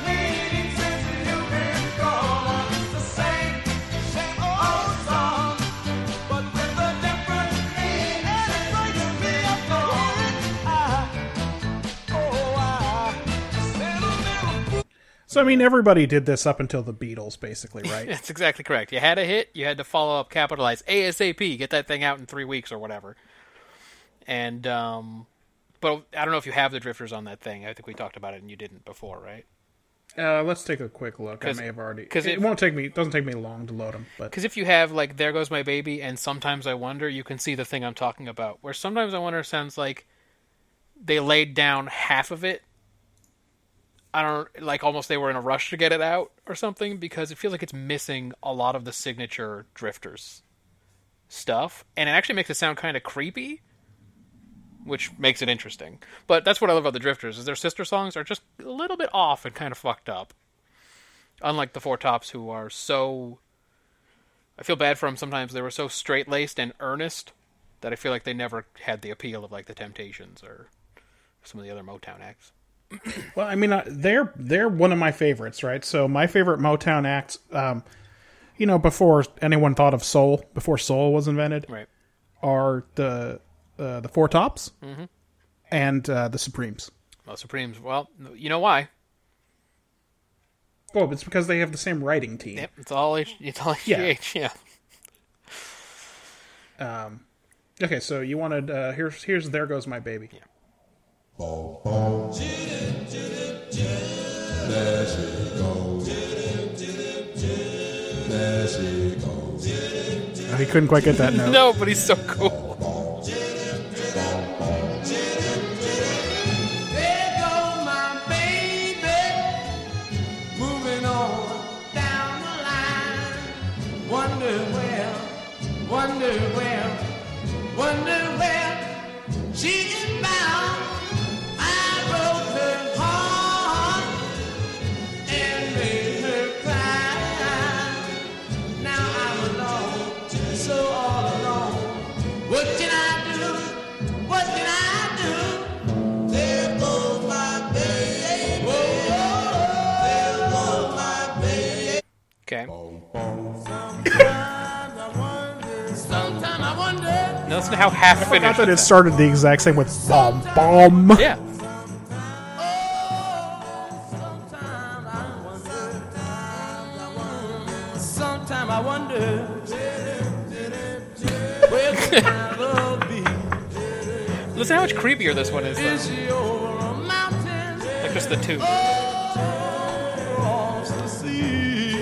Speaker 5: meaning since you've been gone. It's the same, same old song, but with a different meaning. And it breaks me up to hear it. I- Ah. oh, I- sentimental
Speaker 3: So I mean, everybody did this up until the Beatles, basically, right?
Speaker 2: That's exactly correct. You had a hit, you had to follow up, capitalize ASAP, get that thing out in three weeks or whatever. And um, but I don't know if you have the drifters on that thing. I think we talked about it and you didn't before, right?
Speaker 3: uh, let's take a quick look. I
Speaker 2: 'Cause-
Speaker 3: may have already
Speaker 2: 'cause
Speaker 3: it,
Speaker 2: it-
Speaker 3: won't take me. It doesn't take me long to load them, but
Speaker 2: Because if you have like "There Goes My Baby" and "Sometimes I Wonder," you can see the thing I'm talking about. Where "Sometimes I Wonder" sounds like they laid down half of it. I don't like almost they were in a rush to get it out or something because it feels like it's missing a lot of the signature drifters stuff, and it actually makes it sound kind of creepy, which makes it interesting. But that's what I love about the drifters is their sister songs are just a little bit off and kind of fucked up. Unlike the Four Tops, who are so I feel bad for them sometimes. They were so straight laced and earnest that I feel like they never had the appeal of like the Temptations or some of the other Motown acts.
Speaker 3: well, I mean, uh, they're they're one of my favorites, right? So my favorite Motown acts, um, you know, before anyone thought of soul, before soul was invented,
Speaker 2: Right.
Speaker 3: are the uh, the Four Tops
Speaker 2: Mm-hmm.
Speaker 3: and uh, the Supremes.
Speaker 2: Well, Supremes. Well, you know why?
Speaker 3: Well, it's because they have the same writing team.
Speaker 2: Yep. It's all H. It's all
Speaker 3: Yeah.
Speaker 2: HGH. Yeah.
Speaker 3: Okay, so you wanted uh, here's here's there goes my baby.
Speaker 7: There she goes. There she goes.
Speaker 3: He couldn't quite get that note.
Speaker 2: No, but he's so cool. Now listen to how half
Speaker 3: Not
Speaker 2: finished.
Speaker 3: that it started the exact same with bomb bomb.
Speaker 2: Yeah.
Speaker 8: Sometimes I wonder where can my love be?
Speaker 2: Listen how much creepier this one is. Though.
Speaker 8: Is she over a mountain
Speaker 2: Like just the two.
Speaker 8: or across the sea?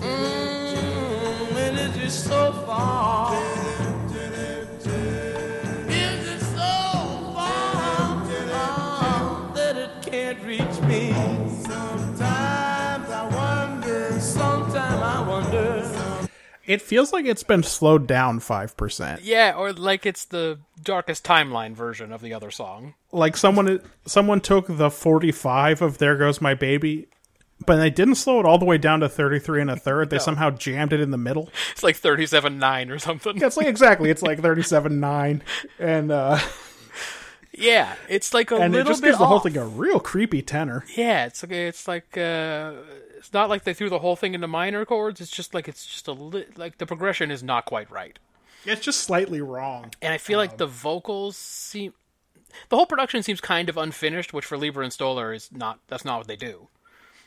Speaker 8: Mm, and is it so far? Is it so far that it can't reach me? Sometimes I wonder. Sometimes I wonder.
Speaker 3: It feels like it's been slowed down five percent.
Speaker 2: Yeah, or like it's the darkest timeline version of the other song.
Speaker 3: like someone someone took the 45 of there goes my baby but they didn't slow it all the way down to 33 and a third they somehow jammed it in the middle
Speaker 2: It's like thirty-seven nine or something.
Speaker 3: it's like exactly it's like 37 9 and uh
Speaker 2: Yeah, it's like a
Speaker 3: and it
Speaker 2: little
Speaker 3: just
Speaker 2: bit
Speaker 3: gives the whole
Speaker 2: off.
Speaker 3: thing a real creepy tenor
Speaker 2: Yeah, it's like it's like uh, it's not like they threw the whole thing into minor chords. It's just like it's just a li- like the progression is not quite right,
Speaker 3: it's just slightly wrong
Speaker 2: and I feel like the vocals seem the whole production seems kind of unfinished, which for Lieber and Stoller is not that's not what they do.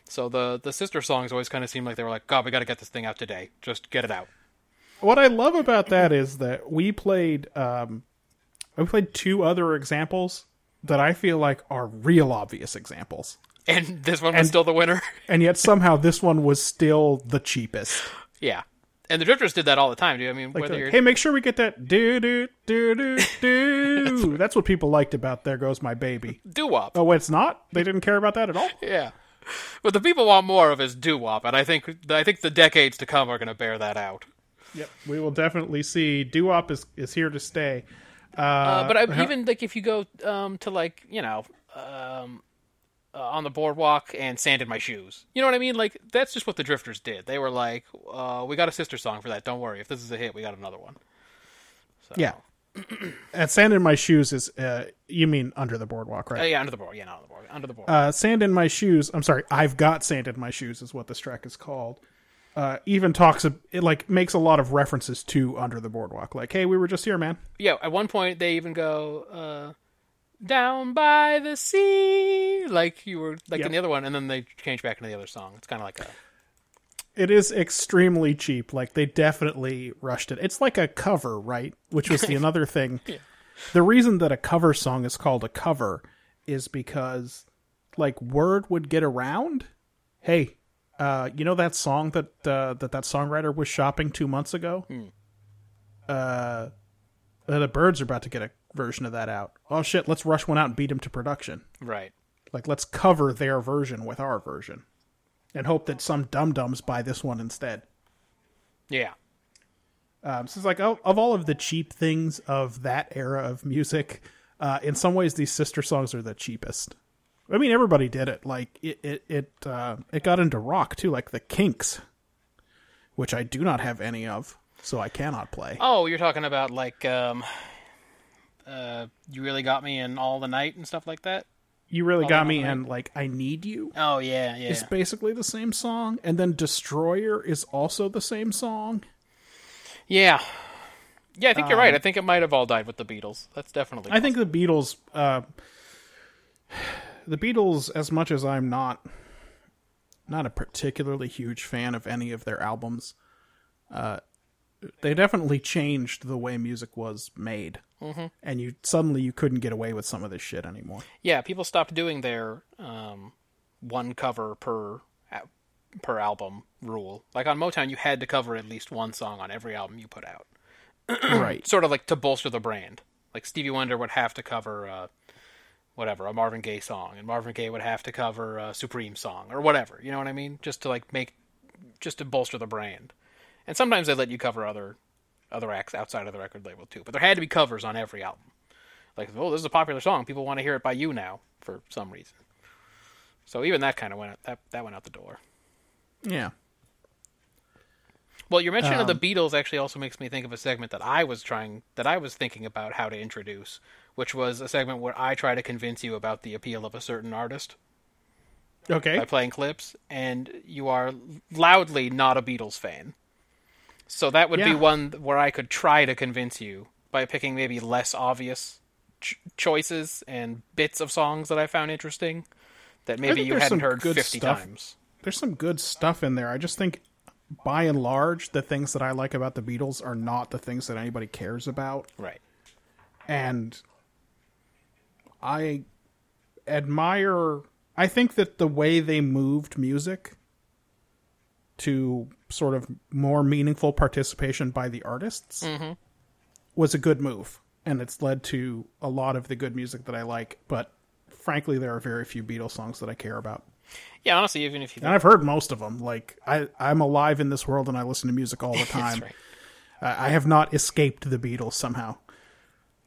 Speaker 2: So the the sister songs always kind of seem like they were like, God, we got to get this thing out today. Just get it out.
Speaker 3: what i love about that is that we played um we played two other examples that i feel like are real obvious examples
Speaker 2: And this one was still the winner.
Speaker 3: and yet somehow this one was still the cheapest
Speaker 2: Yeah. And the Drifters did that all the time, dude. I mean,
Speaker 3: Like,
Speaker 2: whether
Speaker 3: they're
Speaker 2: you're
Speaker 3: like, hey, make sure we get that do do do do do. That's what people liked about "There Goes My Baby."
Speaker 2: doo wop,
Speaker 3: Oh, wait, it's not. They didn't care about that at all.
Speaker 2: yeah. What the people want more of is doo wop, and I think I think the decades to come are going to bear that out.
Speaker 3: Yep, we will definitely see. Doo-wop is is here to stay.
Speaker 2: Uh, but I, even like if you go um, to like you know um, uh, on the boardwalk and sand in my shoes, you know what I mean? Like that's just what the Drifters did. They were like, uh, we got a sister song for that. Don't worry, if this is a hit, we got another one.
Speaker 3: Yeah. At sand in my shoes is uh, you mean under the boardwalk,
Speaker 2: Uh,
Speaker 3: right?
Speaker 2: yeah, under the board. Yeah, not on the board. Under the board.
Speaker 3: Uh, sand in my shoes. I'm sorry, I've got sand in my shoes is what this track is called. Uh, even talks ab- it like makes a lot of references to under the boardwalk. Like, hey, we were just here, man.
Speaker 2: yeah, at one point they even go uh, down by the sea, like you were like
Speaker 3: Yep.
Speaker 2: in the other one, and then they change back into the other song. It's kind of like a
Speaker 3: it is extremely cheap. Like they definitely rushed it. It's like a cover, right? Which was the another thing. The reason that a cover song is called a cover is because like word would get around. Hey, uh, you know that song that uh, that that songwriter was shopping two months ago? Uh, the birds are about to get a version of that out. Oh shit, let's rush one out and beat them to production
Speaker 2: right.
Speaker 3: like let's cover their version with our version and hope that some dum dums buy this one instead
Speaker 2: Yeah,
Speaker 3: um, so it's like of, of all of the cheap things of that era of music uh, in some ways these sister songs are the cheapest i mean everybody did it like it it it, uh, it got into rock too like the kinks which i do not have any of so i cannot play
Speaker 2: Oh, you're talking about like um uh you really got me in all the night and stuff like that?
Speaker 3: you really got me
Speaker 2: right.
Speaker 3: and like i need you
Speaker 2: Oh yeah, yeah.
Speaker 3: is basically the same song and then destroyer is also the same song
Speaker 2: Yeah. Yeah, I think you're right. I think it might have all died with the Beatles. That's definitely
Speaker 3: I think the Beatles, uh, the Beatles, as much as I'm not not a particularly huge fan of any of their albums, uh, they definitely changed the way music was made, mm-hmm. and you suddenly you couldn't get away with some of this shit anymore.
Speaker 2: Yeah, people stopped doing their um one cover per al- per album rule. Like on Motown you had to cover at least one song on every album you put out.
Speaker 3: right.
Speaker 2: Sort of like to bolster the brand. Like Stevie Wonder would have to cover uh whatever, a Marvin Gaye song and Marvin Gaye would have to cover a Supreme song or whatever, you know what I mean? Just to like make just to bolster the brand. And sometimes they let you cover other other acts outside of the record label too. But there had to be covers on every album. Like, oh, this is a popular song. People want to hear it by you now for some reason. So even that kind of went out, that that went out the door.
Speaker 3: Yeah.
Speaker 2: Well, your mention of the
Speaker 3: Um,
Speaker 2: Beatles actually also makes me think of a segment that I was trying that I was thinking about how to introduce, which was a segment where I try to convince you about the appeal of a certain artist. by
Speaker 3: Okay.
Speaker 2: playing clips, and you are loudly not a Beatles fan. So that would
Speaker 3: Yeah.
Speaker 2: be one where I could try to convince you by picking maybe less obvious ch- choices and bits of songs that I found interesting that maybe
Speaker 3: think
Speaker 2: you
Speaker 3: there's
Speaker 2: hadn't
Speaker 3: some
Speaker 2: heard
Speaker 3: good
Speaker 2: 50
Speaker 3: stuff.
Speaker 2: times.
Speaker 3: There's some good stuff in there. I just think, by and large, the things that I like about the Beatles are not the things that anybody cares about.
Speaker 2: Right.
Speaker 3: and I admire. I think that the way they moved music to sort of more meaningful participation by the artists was a good move, and it's led to a lot of the good music that I like. But frankly, there are very few Beatles songs that I care about,
Speaker 2: Yeah, honestly, even if you
Speaker 3: and I've heard most of them. Like I, I'm alive in this world, and I listen to music all the time.
Speaker 2: right.
Speaker 3: I, I have not escaped the Beatles somehow.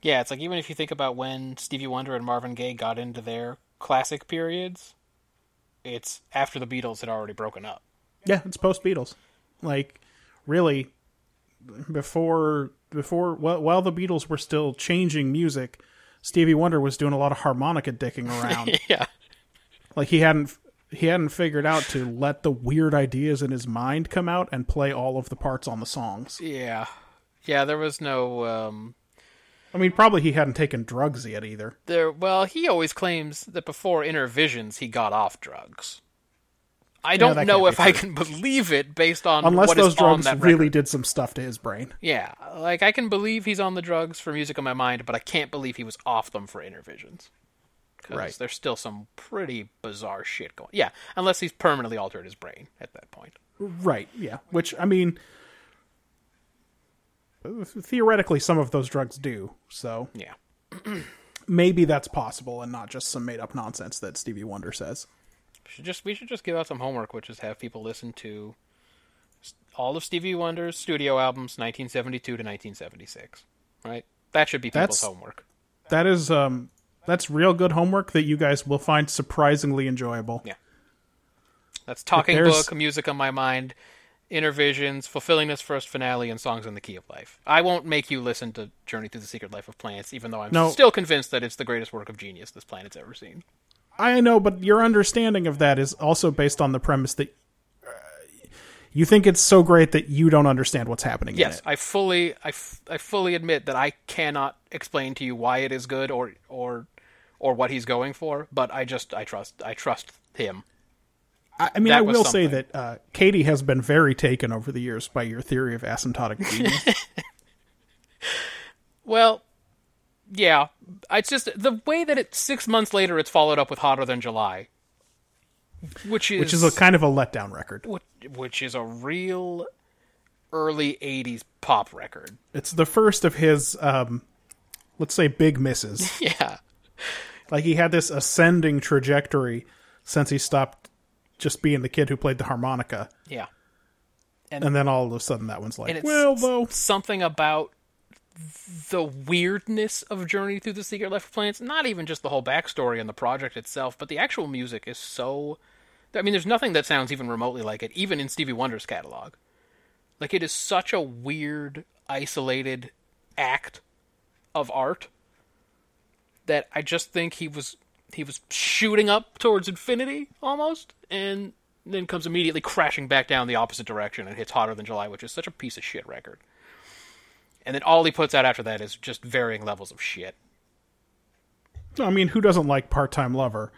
Speaker 2: Yeah, it's like even if you think about when Stevie Wonder and Marvin Gaye got into their classic periods, it's after the Beatles had already broken up.
Speaker 3: Yeah, it's post Beatles. Like really before before while, while the Beatles were still changing music, Stevie Wonder was doing a lot of harmonica dicking around.
Speaker 2: Yeah.
Speaker 3: like he hadn't he hadn't figured out to let the weird ideas in his mind come out and play all of the parts on the songs.
Speaker 2: Yeah. Yeah, there was no um
Speaker 3: I mean, probably he hadn't taken drugs yet either.
Speaker 2: there well, he always claims that before Inner Visions he got off drugs. I don't
Speaker 3: that
Speaker 2: know
Speaker 3: can't
Speaker 2: if
Speaker 3: be
Speaker 2: I
Speaker 3: true.
Speaker 2: can believe it based on
Speaker 3: Unless
Speaker 2: what is
Speaker 3: those drugs
Speaker 2: on that
Speaker 3: really
Speaker 2: record.
Speaker 3: did some stuff to his brain.
Speaker 2: Yeah, like I can believe he's on the drugs for Music on My Mind, but I can't believe he was off them for Inner Visions. 'Cause
Speaker 3: Right.
Speaker 2: There's still some pretty bizarre shit going. Yeah, unless he's permanently altered his brain at that point.
Speaker 3: Right, yeah. Which I mean theoretically some of those drugs do. So
Speaker 2: Yeah.
Speaker 3: maybe that's possible and not just some made up nonsense that Stevie Wonder says.
Speaker 2: Should just we should just give out some homework, which is have people listen to s- all of Stevie Wonder's studio albums, 1972 to 1976. Right. That should be people's
Speaker 3: That's-
Speaker 2: homework.
Speaker 3: That is um that's real good homework that you guys will find surprisingly enjoyable.
Speaker 2: Yeah. That's Talking
Speaker 3: there's-
Speaker 2: Book, Music on My Mind, Inner Visions, Fulfilling This First Finale, and Songs in the Key of Life. I won't make you listen to Journey Through the Secret Life of Plants, even though I'm
Speaker 3: No.
Speaker 2: still convinced that it's the greatest work of genius this planet's ever seen.
Speaker 3: I know, but your understanding of that is also based on the premise that uh, you think it's so great that you don't understand what's happening
Speaker 2: Yes,
Speaker 3: in it.
Speaker 2: I fully, I, f- I fully admit that I cannot explain to you why it is good or or or what he's going for, but I just I trust I trust him.
Speaker 3: I, I mean,
Speaker 2: that
Speaker 3: I
Speaker 2: was
Speaker 3: will say
Speaker 2: something.
Speaker 3: that uh, Katie has been very taken over the years by your theory of asymptotic genius.
Speaker 2: Well, yeah, it's just the way that it six months later it's followed up with Hotter Than July, which is
Speaker 3: which is a kind of a letdown record.
Speaker 2: Wh- which is a real early 80s pop record.
Speaker 3: It's the first of his, um, let's say, big misses.
Speaker 2: Yeah.
Speaker 3: like he had this ascending trajectory since he stopped just being the kid who played the harmonica
Speaker 2: Yeah.
Speaker 3: and then all of a sudden that one's
Speaker 2: And
Speaker 3: like
Speaker 2: it's
Speaker 3: well though
Speaker 2: something about the weirdness of Journey Through the Secret Life of Plants, not even just the whole backstory and the project itself, but the actual music is so I mean there's nothing that sounds even remotely like it even in Stevie Wonder's catalog. Like it is such a weird isolated act of art that I just think he was he was shooting up towards infinity almost, and then comes immediately crashing back down the opposite direction and hits hotter than July, which is such a piece of shit record. And then all he puts out after that is just varying levels of shit,
Speaker 3: i mean who doesn't like part-time lover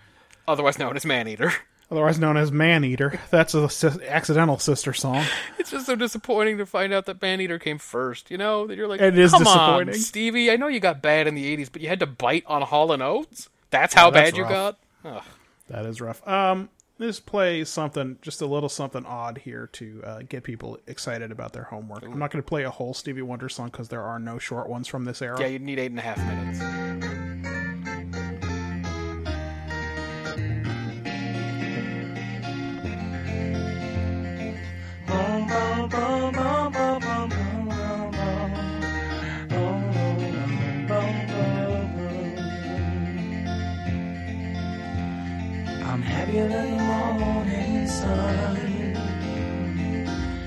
Speaker 2: otherwise known as Man Eater.
Speaker 3: otherwise known as man eater that's a sis- accidental sister song
Speaker 2: It's just so disappointing to find out that Man Eater came first. You know that you're like,
Speaker 3: It is
Speaker 2: come on,
Speaker 3: disappointing.
Speaker 2: Stevie. I know you got bad in the '80s, but you had to bite on Hall and Oates. That's how
Speaker 3: that's
Speaker 2: bad you
Speaker 3: rough.
Speaker 2: got.
Speaker 3: that is rough um this plays something just a little something odd here to uh, get people excited about their homework i'm not going to play a whole stevie wonder song because there are no short ones from this era
Speaker 2: Yeah, you'd need eight and a half minutes.
Speaker 8: I'm happier than the morning sun.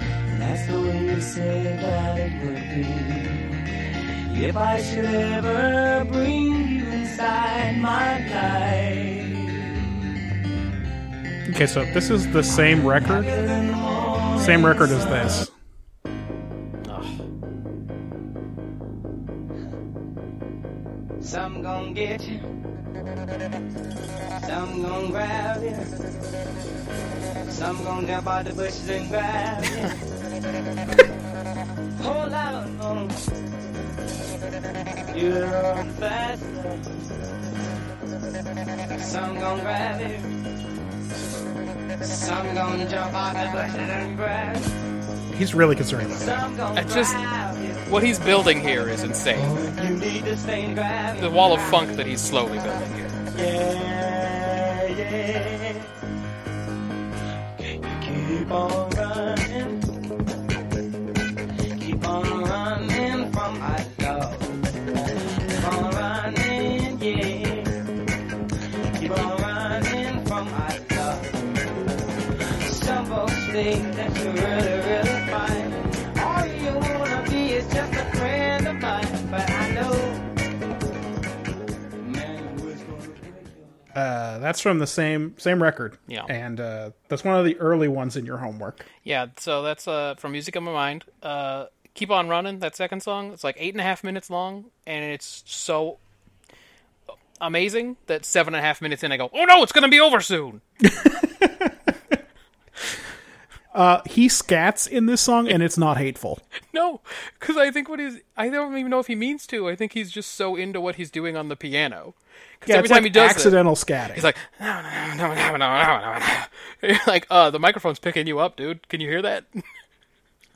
Speaker 8: And that's the way you said that it would be. If I should ever bring you inside my life.
Speaker 3: okay so this is the same record same record as this
Speaker 8: Some gon' get you. Some gon' grab you. Some gon' jump out the bushes and grab you. Whole lot of them. You run faster. Some gon' grab you. Some gon' jump out the bushes and grab you.
Speaker 9: He's really concerned about that.
Speaker 8: Some gon'
Speaker 2: I just-
Speaker 8: grab you.
Speaker 2: What he's building here is insane.
Speaker 8: You need this thing grab
Speaker 2: The
Speaker 8: you.
Speaker 2: wall of funk that he's slowly building here.
Speaker 8: Yeah, yeah. Keep on running. Keep on running from my love. Keep on running, yeah. Keep on running from my love. Some folks think that you're really, really fine. All you wanna be is just a friend of mine, but I know. Man, who's gonna give you?
Speaker 3: Uh, that's from the same same record.
Speaker 2: Yeah.
Speaker 3: and uh, that's one of the early ones in your homework.
Speaker 2: Yeah, so that's uh, from Music of My Mind. Uh, Keep on running. That second song. It's like eight and a half minutes long, and it's so amazing that seven and a half minutes in, I go, "Oh no, it's gonna be over soon."
Speaker 3: He scats in this song, and it's not hateful.
Speaker 2: No, because I think what he's I don't even know if he means to. I think he's just so into what he's doing on the piano. 'Cause
Speaker 3: Yeah,
Speaker 2: every
Speaker 3: it's
Speaker 2: time
Speaker 3: like
Speaker 2: he does it,
Speaker 3: accidental scatting.
Speaker 2: he's like, "No, no, no, no, no, no, no, no." You're like, uh, the microphone's picking you up, dude. Can you hear that?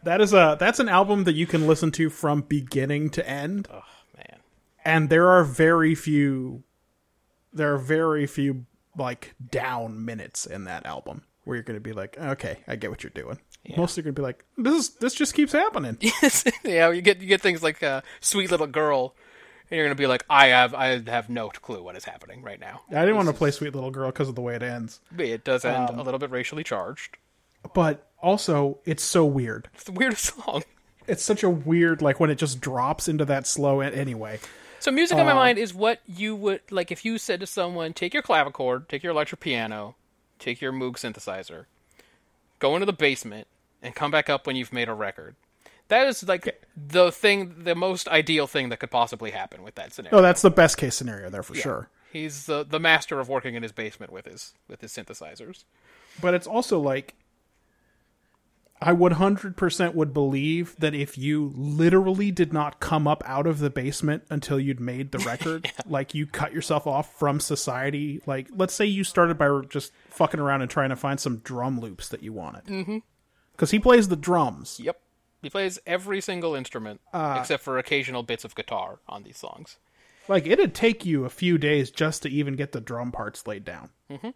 Speaker 3: That is a that's an album that you can listen to from beginning to end. Oh man. And there are very few there are very few like down minutes in that album where you're going to be like, "Okay, I get what you're doing." Mostly you're going to be like, "This is this just keeps happening."
Speaker 2: yeah, you get you get things like uh, "Sweet Little Girl," and you're gonna be like, "I have I have no clue what is happening right now."
Speaker 3: I didn't want to play Sweet Little Girl because of the way it ends.
Speaker 2: But it does end a little bit racially charged.
Speaker 3: But also, it's so weird.
Speaker 2: It's the weirdest song.
Speaker 3: It's such a weird like when it just drops into that slow an- anyway.
Speaker 2: So, music in my mind is what you would like if you said to someone, "Take your clavichord, take your electric piano, take your Moog synthesizer, go into the basement, and come back up when you've made a record." That is like the thing, the most ideal thing that could possibly happen with that scenario.
Speaker 3: Oh, that's the best case scenario there for sure.
Speaker 2: He's the the master of working in his basement with his with his synthesizers.
Speaker 3: but it's also like I would 100% would believe that if you literally did not come up out of the basement until you'd made the record, like you cut yourself off from society, like let's say you started by just fucking around and trying to find some drum loops that you wanted. Mm-hmm. Because he plays the drums.
Speaker 2: Yep. He plays every single instrument
Speaker 3: Uh,
Speaker 2: except for occasional bits of guitar on these songs.
Speaker 3: Like it'd take you a few days just to even get the drum parts laid down. Mm-hmm.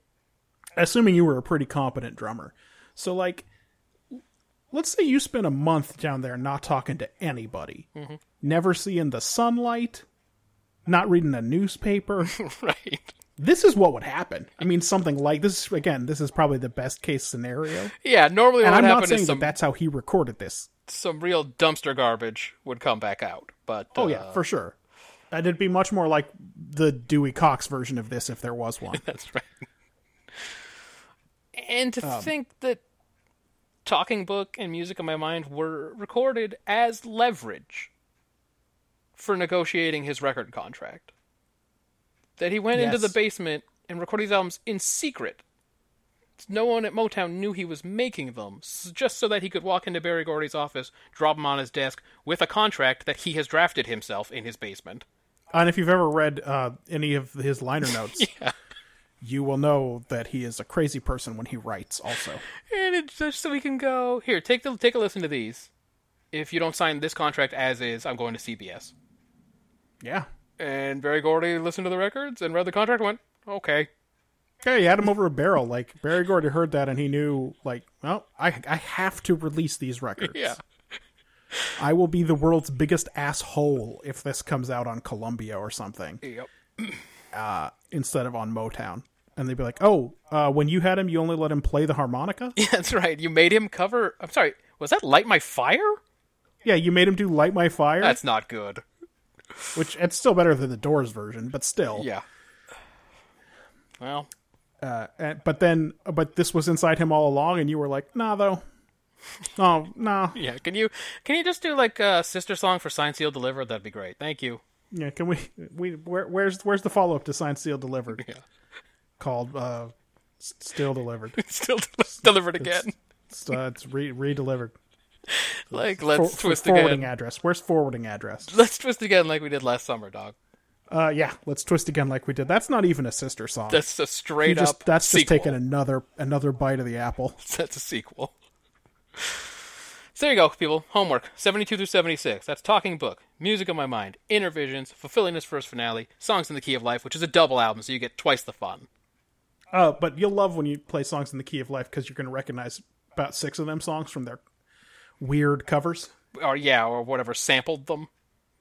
Speaker 3: Assuming you were a pretty competent drummer. So like, let's say you spent a month down there not talking to anybody,
Speaker 2: Mm-hmm.
Speaker 3: never seeing the sunlight, not reading a newspaper.
Speaker 2: right.
Speaker 3: this is what would happen. I mean, something like this. Again, this is probably the best case scenario.
Speaker 2: Yeah, normally
Speaker 3: And
Speaker 2: what
Speaker 3: I'm
Speaker 2: would
Speaker 3: not
Speaker 2: happen
Speaker 3: saying
Speaker 2: is some,
Speaker 3: that that's how he recorded this.
Speaker 2: some real dumpster garbage would come back out. But uh,
Speaker 3: Oh yeah, for sure. And it'd be much more like the Dewey Cox version of this if there was one.
Speaker 2: That's right. Um, And to think that Talking Book and Music in My Mind were recorded as leverage for negotiating his record contract. That he went into
Speaker 3: Yes.
Speaker 2: the basement and recorded these albums in secret. No one at Motown knew he was making them, s- just so that he could walk into Barry Gordy's office, drop them on his desk with a contract that he has drafted himself in his basement.
Speaker 3: And if you've ever read uh, any of his liner notes, you will know that he is a crazy person when he writes. Also,
Speaker 2: and it's just so we can go here. Take the take a listen to these. If you don't sign this contract as is, I'm going to CBS.
Speaker 3: yeah,
Speaker 2: And Barry Gordy listened to the records and read the contract. and Went okay.
Speaker 3: yeah, he had him over a barrel. Like Barry Gordy heard that, and he knew, like, well, I I have to release these records.
Speaker 2: Yeah.
Speaker 3: I will be the world's biggest asshole if this comes out on Columbia or something Uh,
Speaker 2: Yep.
Speaker 3: instead of on Motown. And they'd be like, "Oh, uh, when you had him, you only let him play the harmonica.
Speaker 2: That's right. You made him cover. I'm sorry. Was that Light My Fire?
Speaker 3: yeah, you made him do Light My Fire,
Speaker 2: That's not good.
Speaker 3: which it's still better than the Doors version, but still,
Speaker 2: Yeah. Well,
Speaker 3: And, but then, but this was inside him all along, and you were like, nah, though. Oh, nah.
Speaker 2: yeah. Can you can you just do like a sister song for Sign Seal Deliver? That'd be great. Thank you.
Speaker 3: Yeah, can we? We where, where's where's the follow up to "Signed, Sealed, Delivered"?
Speaker 2: Yeah.
Speaker 3: Called uh, S- "Still Delivered."
Speaker 2: Still delivered again.
Speaker 3: It's, uh, it's re re-delivered.
Speaker 2: Like let's
Speaker 3: For- for
Speaker 2: twist
Speaker 3: forwarding
Speaker 2: again.
Speaker 3: address. Where's forwarding address?
Speaker 2: Let's twist again like we did last summer, dog.
Speaker 3: Uh, yeah, let's twist again like we did. That's not even a sister song.
Speaker 2: That's a straight
Speaker 3: You just,
Speaker 2: up.
Speaker 3: that's just
Speaker 2: sequel.
Speaker 3: taking another another bite of the apple.
Speaker 2: That's a sequel. So there you go, people. Homework 72 through 76. That's Talking Book, Music of My Mind, Inner Visions, Fulfilling His First Finale, Songs in the Key of Life, which is a double album, so you get twice the fun.
Speaker 3: Uh, but you'll love when you play songs in the key of life because you're going to recognize about six of them songs from their weird covers.
Speaker 2: Or, yeah, or whatever sampled them.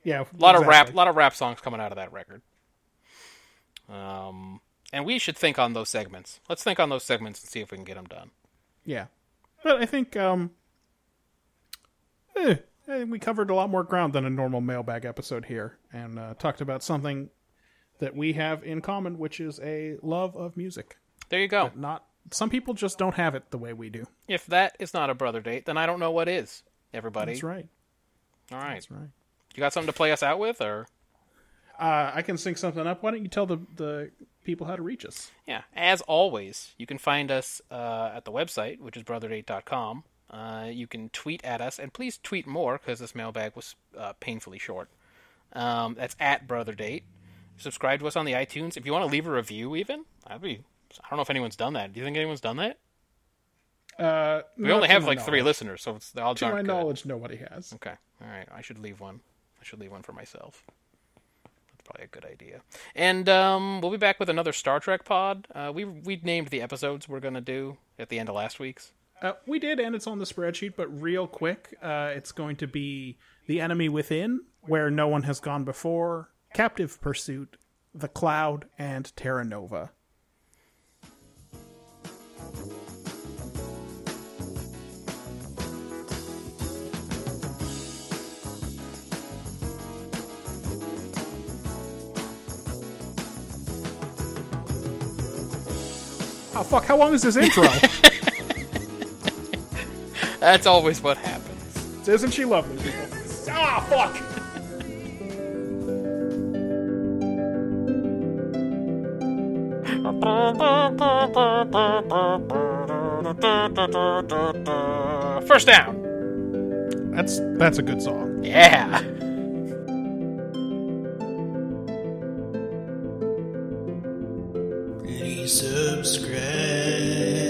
Speaker 3: Yeah,
Speaker 2: A lot of rap, lot of rap songs coming out of that record. Um, and we should think on those segments. Let's think on those segments and see if we can get them done.
Speaker 3: Yeah, but I think um, eh, I think we covered a lot more ground than a normal mailbag episode here, and uh, talked about something that we have in common, which is a love of music.
Speaker 2: There you go.
Speaker 3: Not some people just don't have it the way we do.
Speaker 2: If that is not a brother date, then I don't know what is. Everybody,
Speaker 3: That's right.
Speaker 2: all right.
Speaker 3: That's right.
Speaker 2: You got something to play us out with, or?
Speaker 3: Uh, I can sync something up. Why don't you tell the the people how to reach us?
Speaker 2: Yeah, as always, you can find us uh, at the website, which is brotherdate.com. Uh, you can tweet at us, and please tweet more because this mailbag was uh, painfully short. Um, that's at brotherdate. Subscribe to us on the iTunes. If you want to leave a review, even I'd be. I don't know if anyone's done that. Do you think anyone's done that?
Speaker 3: Uh,
Speaker 2: We only have like three listeners, so it's, the odds
Speaker 3: To my
Speaker 2: aren't good.
Speaker 3: knowledge, nobody has.
Speaker 2: Okay. All right. I should leave one. I should leave one for myself. That's probably a good idea. And um, we'll be back with another Star Trek pod. Uh, we we named the episodes we're gonna do at the end of last week's.
Speaker 3: Uh, we did, and it's on the spreadsheet. But real quick, uh, it's going to be the enemy within, where no one has gone before, captive pursuit, the cloud, and Terra Nova. Oh fuck! How long is this intro?
Speaker 2: That's always what happens.
Speaker 3: Isn't she lovely, people? ah, fuck!
Speaker 2: First down.
Speaker 3: That's that's a good song.
Speaker 2: Yeah.
Speaker 10: Please subscribe.